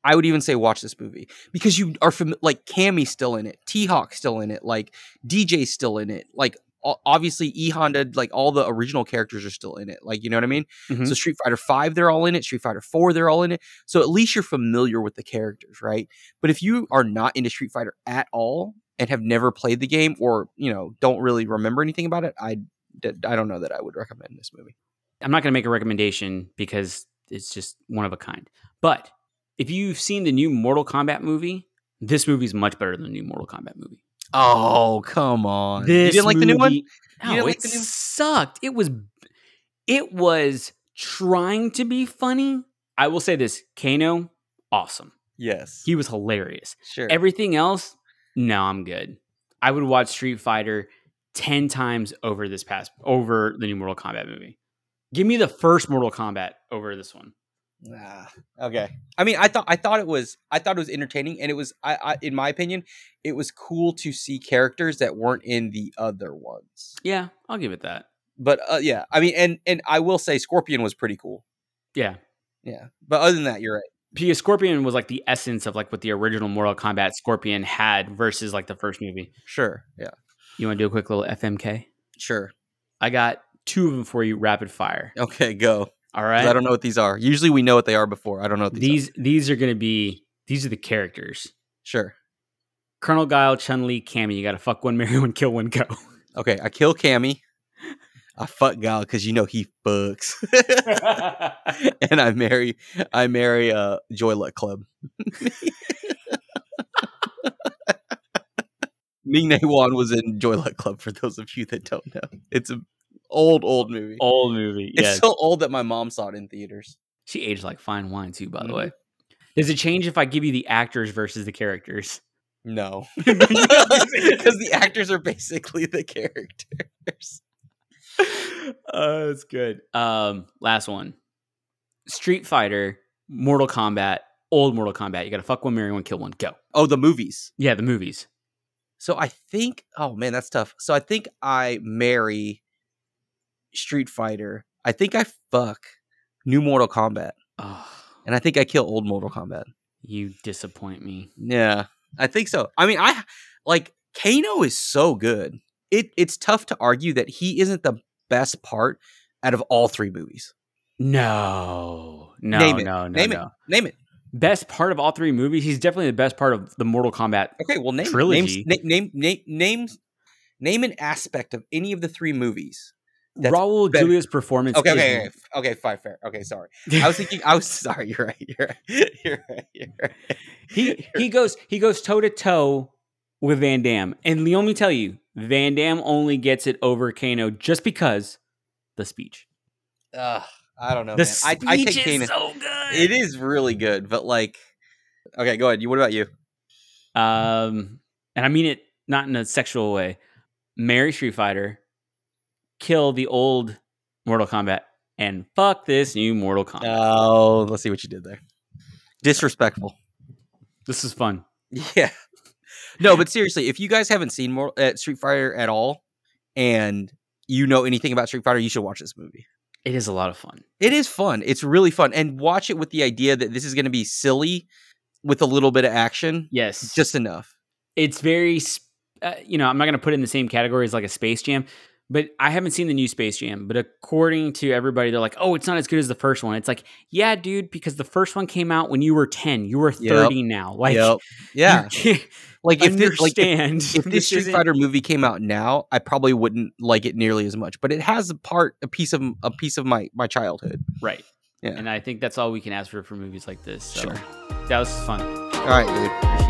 Speaker 2: I would even say watch this movie because you are fam- like Cammy's still in it, T Hawk's still in it, like DJ's still in it, like o- obviously E Honda, like all the original characters are still in it. Like you know what I mean?
Speaker 1: Mhm.
Speaker 2: So Street Fighter Five, they're all in it. Street Fighter Four, they're all in it. So at least you're familiar with the characters, right? But if you are not into Street Fighter at all and have never played the game or you know don't really remember anything about it, I d- I don't know that I would recommend this movie.
Speaker 1: I'm not going to make a recommendation because it's just one of a kind. But if you've seen the new Mortal Kombat movie, this movie's much better than the new Mortal Kombat movie.
Speaker 2: Oh come on! you
Speaker 1: This
Speaker 2: didn't like the new one?
Speaker 1: movie- No,
Speaker 2: You didn't
Speaker 1: it
Speaker 2: like the new-
Speaker 1: sucked. It was, it was trying to be funny. I will say this: Kano, awesome.
Speaker 2: Yes,
Speaker 1: He was hilarious.
Speaker 2: sure.
Speaker 1: Everything else, no, I'm good. I would watch Street Fighter ten times over this past over the new Mortal Kombat movie. Give me the first Mortal Kombat over this one.
Speaker 2: Nah. Okay. I mean, I thought I thought it was I thought it was entertaining, and it was I, I in my opinion, it was cool to see characters that weren't in the other ones.
Speaker 1: Yeah, I'll give it that.
Speaker 2: But uh, yeah, I mean, and and I will say Scorpion was pretty cool.
Speaker 1: Yeah.
Speaker 2: Yeah. But other than that, you're right.
Speaker 1: Because Scorpion was like the essence of like what the original Mortal Kombat Scorpion had versus like the first movie.
Speaker 2: Sure. Yeah.
Speaker 1: You want to do a quick little FMK?
Speaker 2: Sure.
Speaker 1: I got two of them for you, rapid fire.
Speaker 2: Okay. Go. 'Cause
Speaker 1: All right.
Speaker 2: I don't know what these are. Usually we know what they are before. I don't know what these. are.
Speaker 1: these these are going to be these are the characters.
Speaker 2: Sure.
Speaker 1: Colonel Guile, Chun Li, Cammy. You got to fuck one, marry one, kill one, go.
Speaker 2: Okay. I kill Cammy. I fuck Gal because you know he fucks, and I marry I marry uh Joy Luck Club. Ming Na Wan was in Joy Luck Club for those of you that don't know. It's an old, old movie.
Speaker 1: Old movie.
Speaker 2: it's
Speaker 1: Yes.
Speaker 2: so old that my mom saw it in theaters.
Speaker 1: she aged like fine wine too. By the
Speaker 2: Mhm.
Speaker 1: way, does it change if I give you the actors versus the characters?
Speaker 2: No. Because the actors are basically the characters. Uh,
Speaker 1: Oh, that's good. Um, last one. Street Fighter, Mortal Kombat, old Mortal Kombat. You got to fuck one, marry one, kill one, go.
Speaker 2: Oh, the movies.
Speaker 1: Yeah, the movies.
Speaker 2: So I think, oh man, that's tough. So I think I marry Street Fighter. I think I fuck New Mortal Kombat.
Speaker 1: Oh,
Speaker 2: and I think I kill old Mortal Kombat.
Speaker 1: you disappoint me.
Speaker 2: Yeah, I think so. I mean, I like Kano is so good. It it's tough to argue that he isn't the best part out of all three movies.
Speaker 1: No, no,
Speaker 2: Name it.
Speaker 1: no, no,
Speaker 2: Name it.
Speaker 1: no.
Speaker 2: Name it.
Speaker 1: Best part of all three movies. He's definitely the best part of the Mortal Kombat.
Speaker 2: Okay, well name
Speaker 1: Trilogy.
Speaker 2: Name name name name name an aspect of any of the three movies. That's
Speaker 1: Raul
Speaker 2: better.
Speaker 1: Julia's performance.
Speaker 2: Okay,
Speaker 1: is-
Speaker 2: okay, okay, f- okay, fine, fair. Okay, sorry. I was thinking. I was sorry. You're right. You're right. You're right. You're right.
Speaker 1: he he goes he goes toe to toe with Van Damme. And let me tell you, Van Damme only gets it over Kano just because the speech.
Speaker 2: Ugh, I don't know.
Speaker 1: the
Speaker 2: Oh, man. I, I take
Speaker 1: speech
Speaker 2: Kanan.
Speaker 1: is so good.
Speaker 2: it is really good, but like, okay, go ahead. You. What about you?
Speaker 1: um, and I mean it not in a sexual way. Marry Street Fighter, kill the old Mortal Kombat, and fuck this new Mortal Kombat.
Speaker 2: Oh, let's see what you did there. Disrespectful.
Speaker 1: this is fun.
Speaker 2: Yeah. No, but seriously, if you guys haven't seen more uh, Street Fighter at all, and you know anything about Street Fighter, you should watch this movie.
Speaker 1: It is a lot of fun.
Speaker 2: It is fun. It's really fun, and watch it with the idea that this is going to be silly with a little bit of action,
Speaker 1: Yes,
Speaker 2: just enough.
Speaker 1: it's very sp- uh, you know i'm not going to put it in the same category as like a space jam but i haven't seen the new space jam but according to everybody they're like oh it's not as good as the first one it's like yeah dude because the first one came out when you were 10 you were 30 now like
Speaker 2: Yep. Yeah.
Speaker 1: you can't
Speaker 2: Like if this, like if,
Speaker 1: understand
Speaker 2: if this Street
Speaker 1: isn't-
Speaker 2: Fighter movie came out now, I probably wouldn't like it nearly as much. But it has a part, a piece of a piece of my my childhood.
Speaker 1: right
Speaker 2: Yeah.
Speaker 1: and i think that's all we can ask for for movies like this so
Speaker 2: Sure.
Speaker 1: that was fun
Speaker 2: All right, dude.
Speaker 1: appreciate it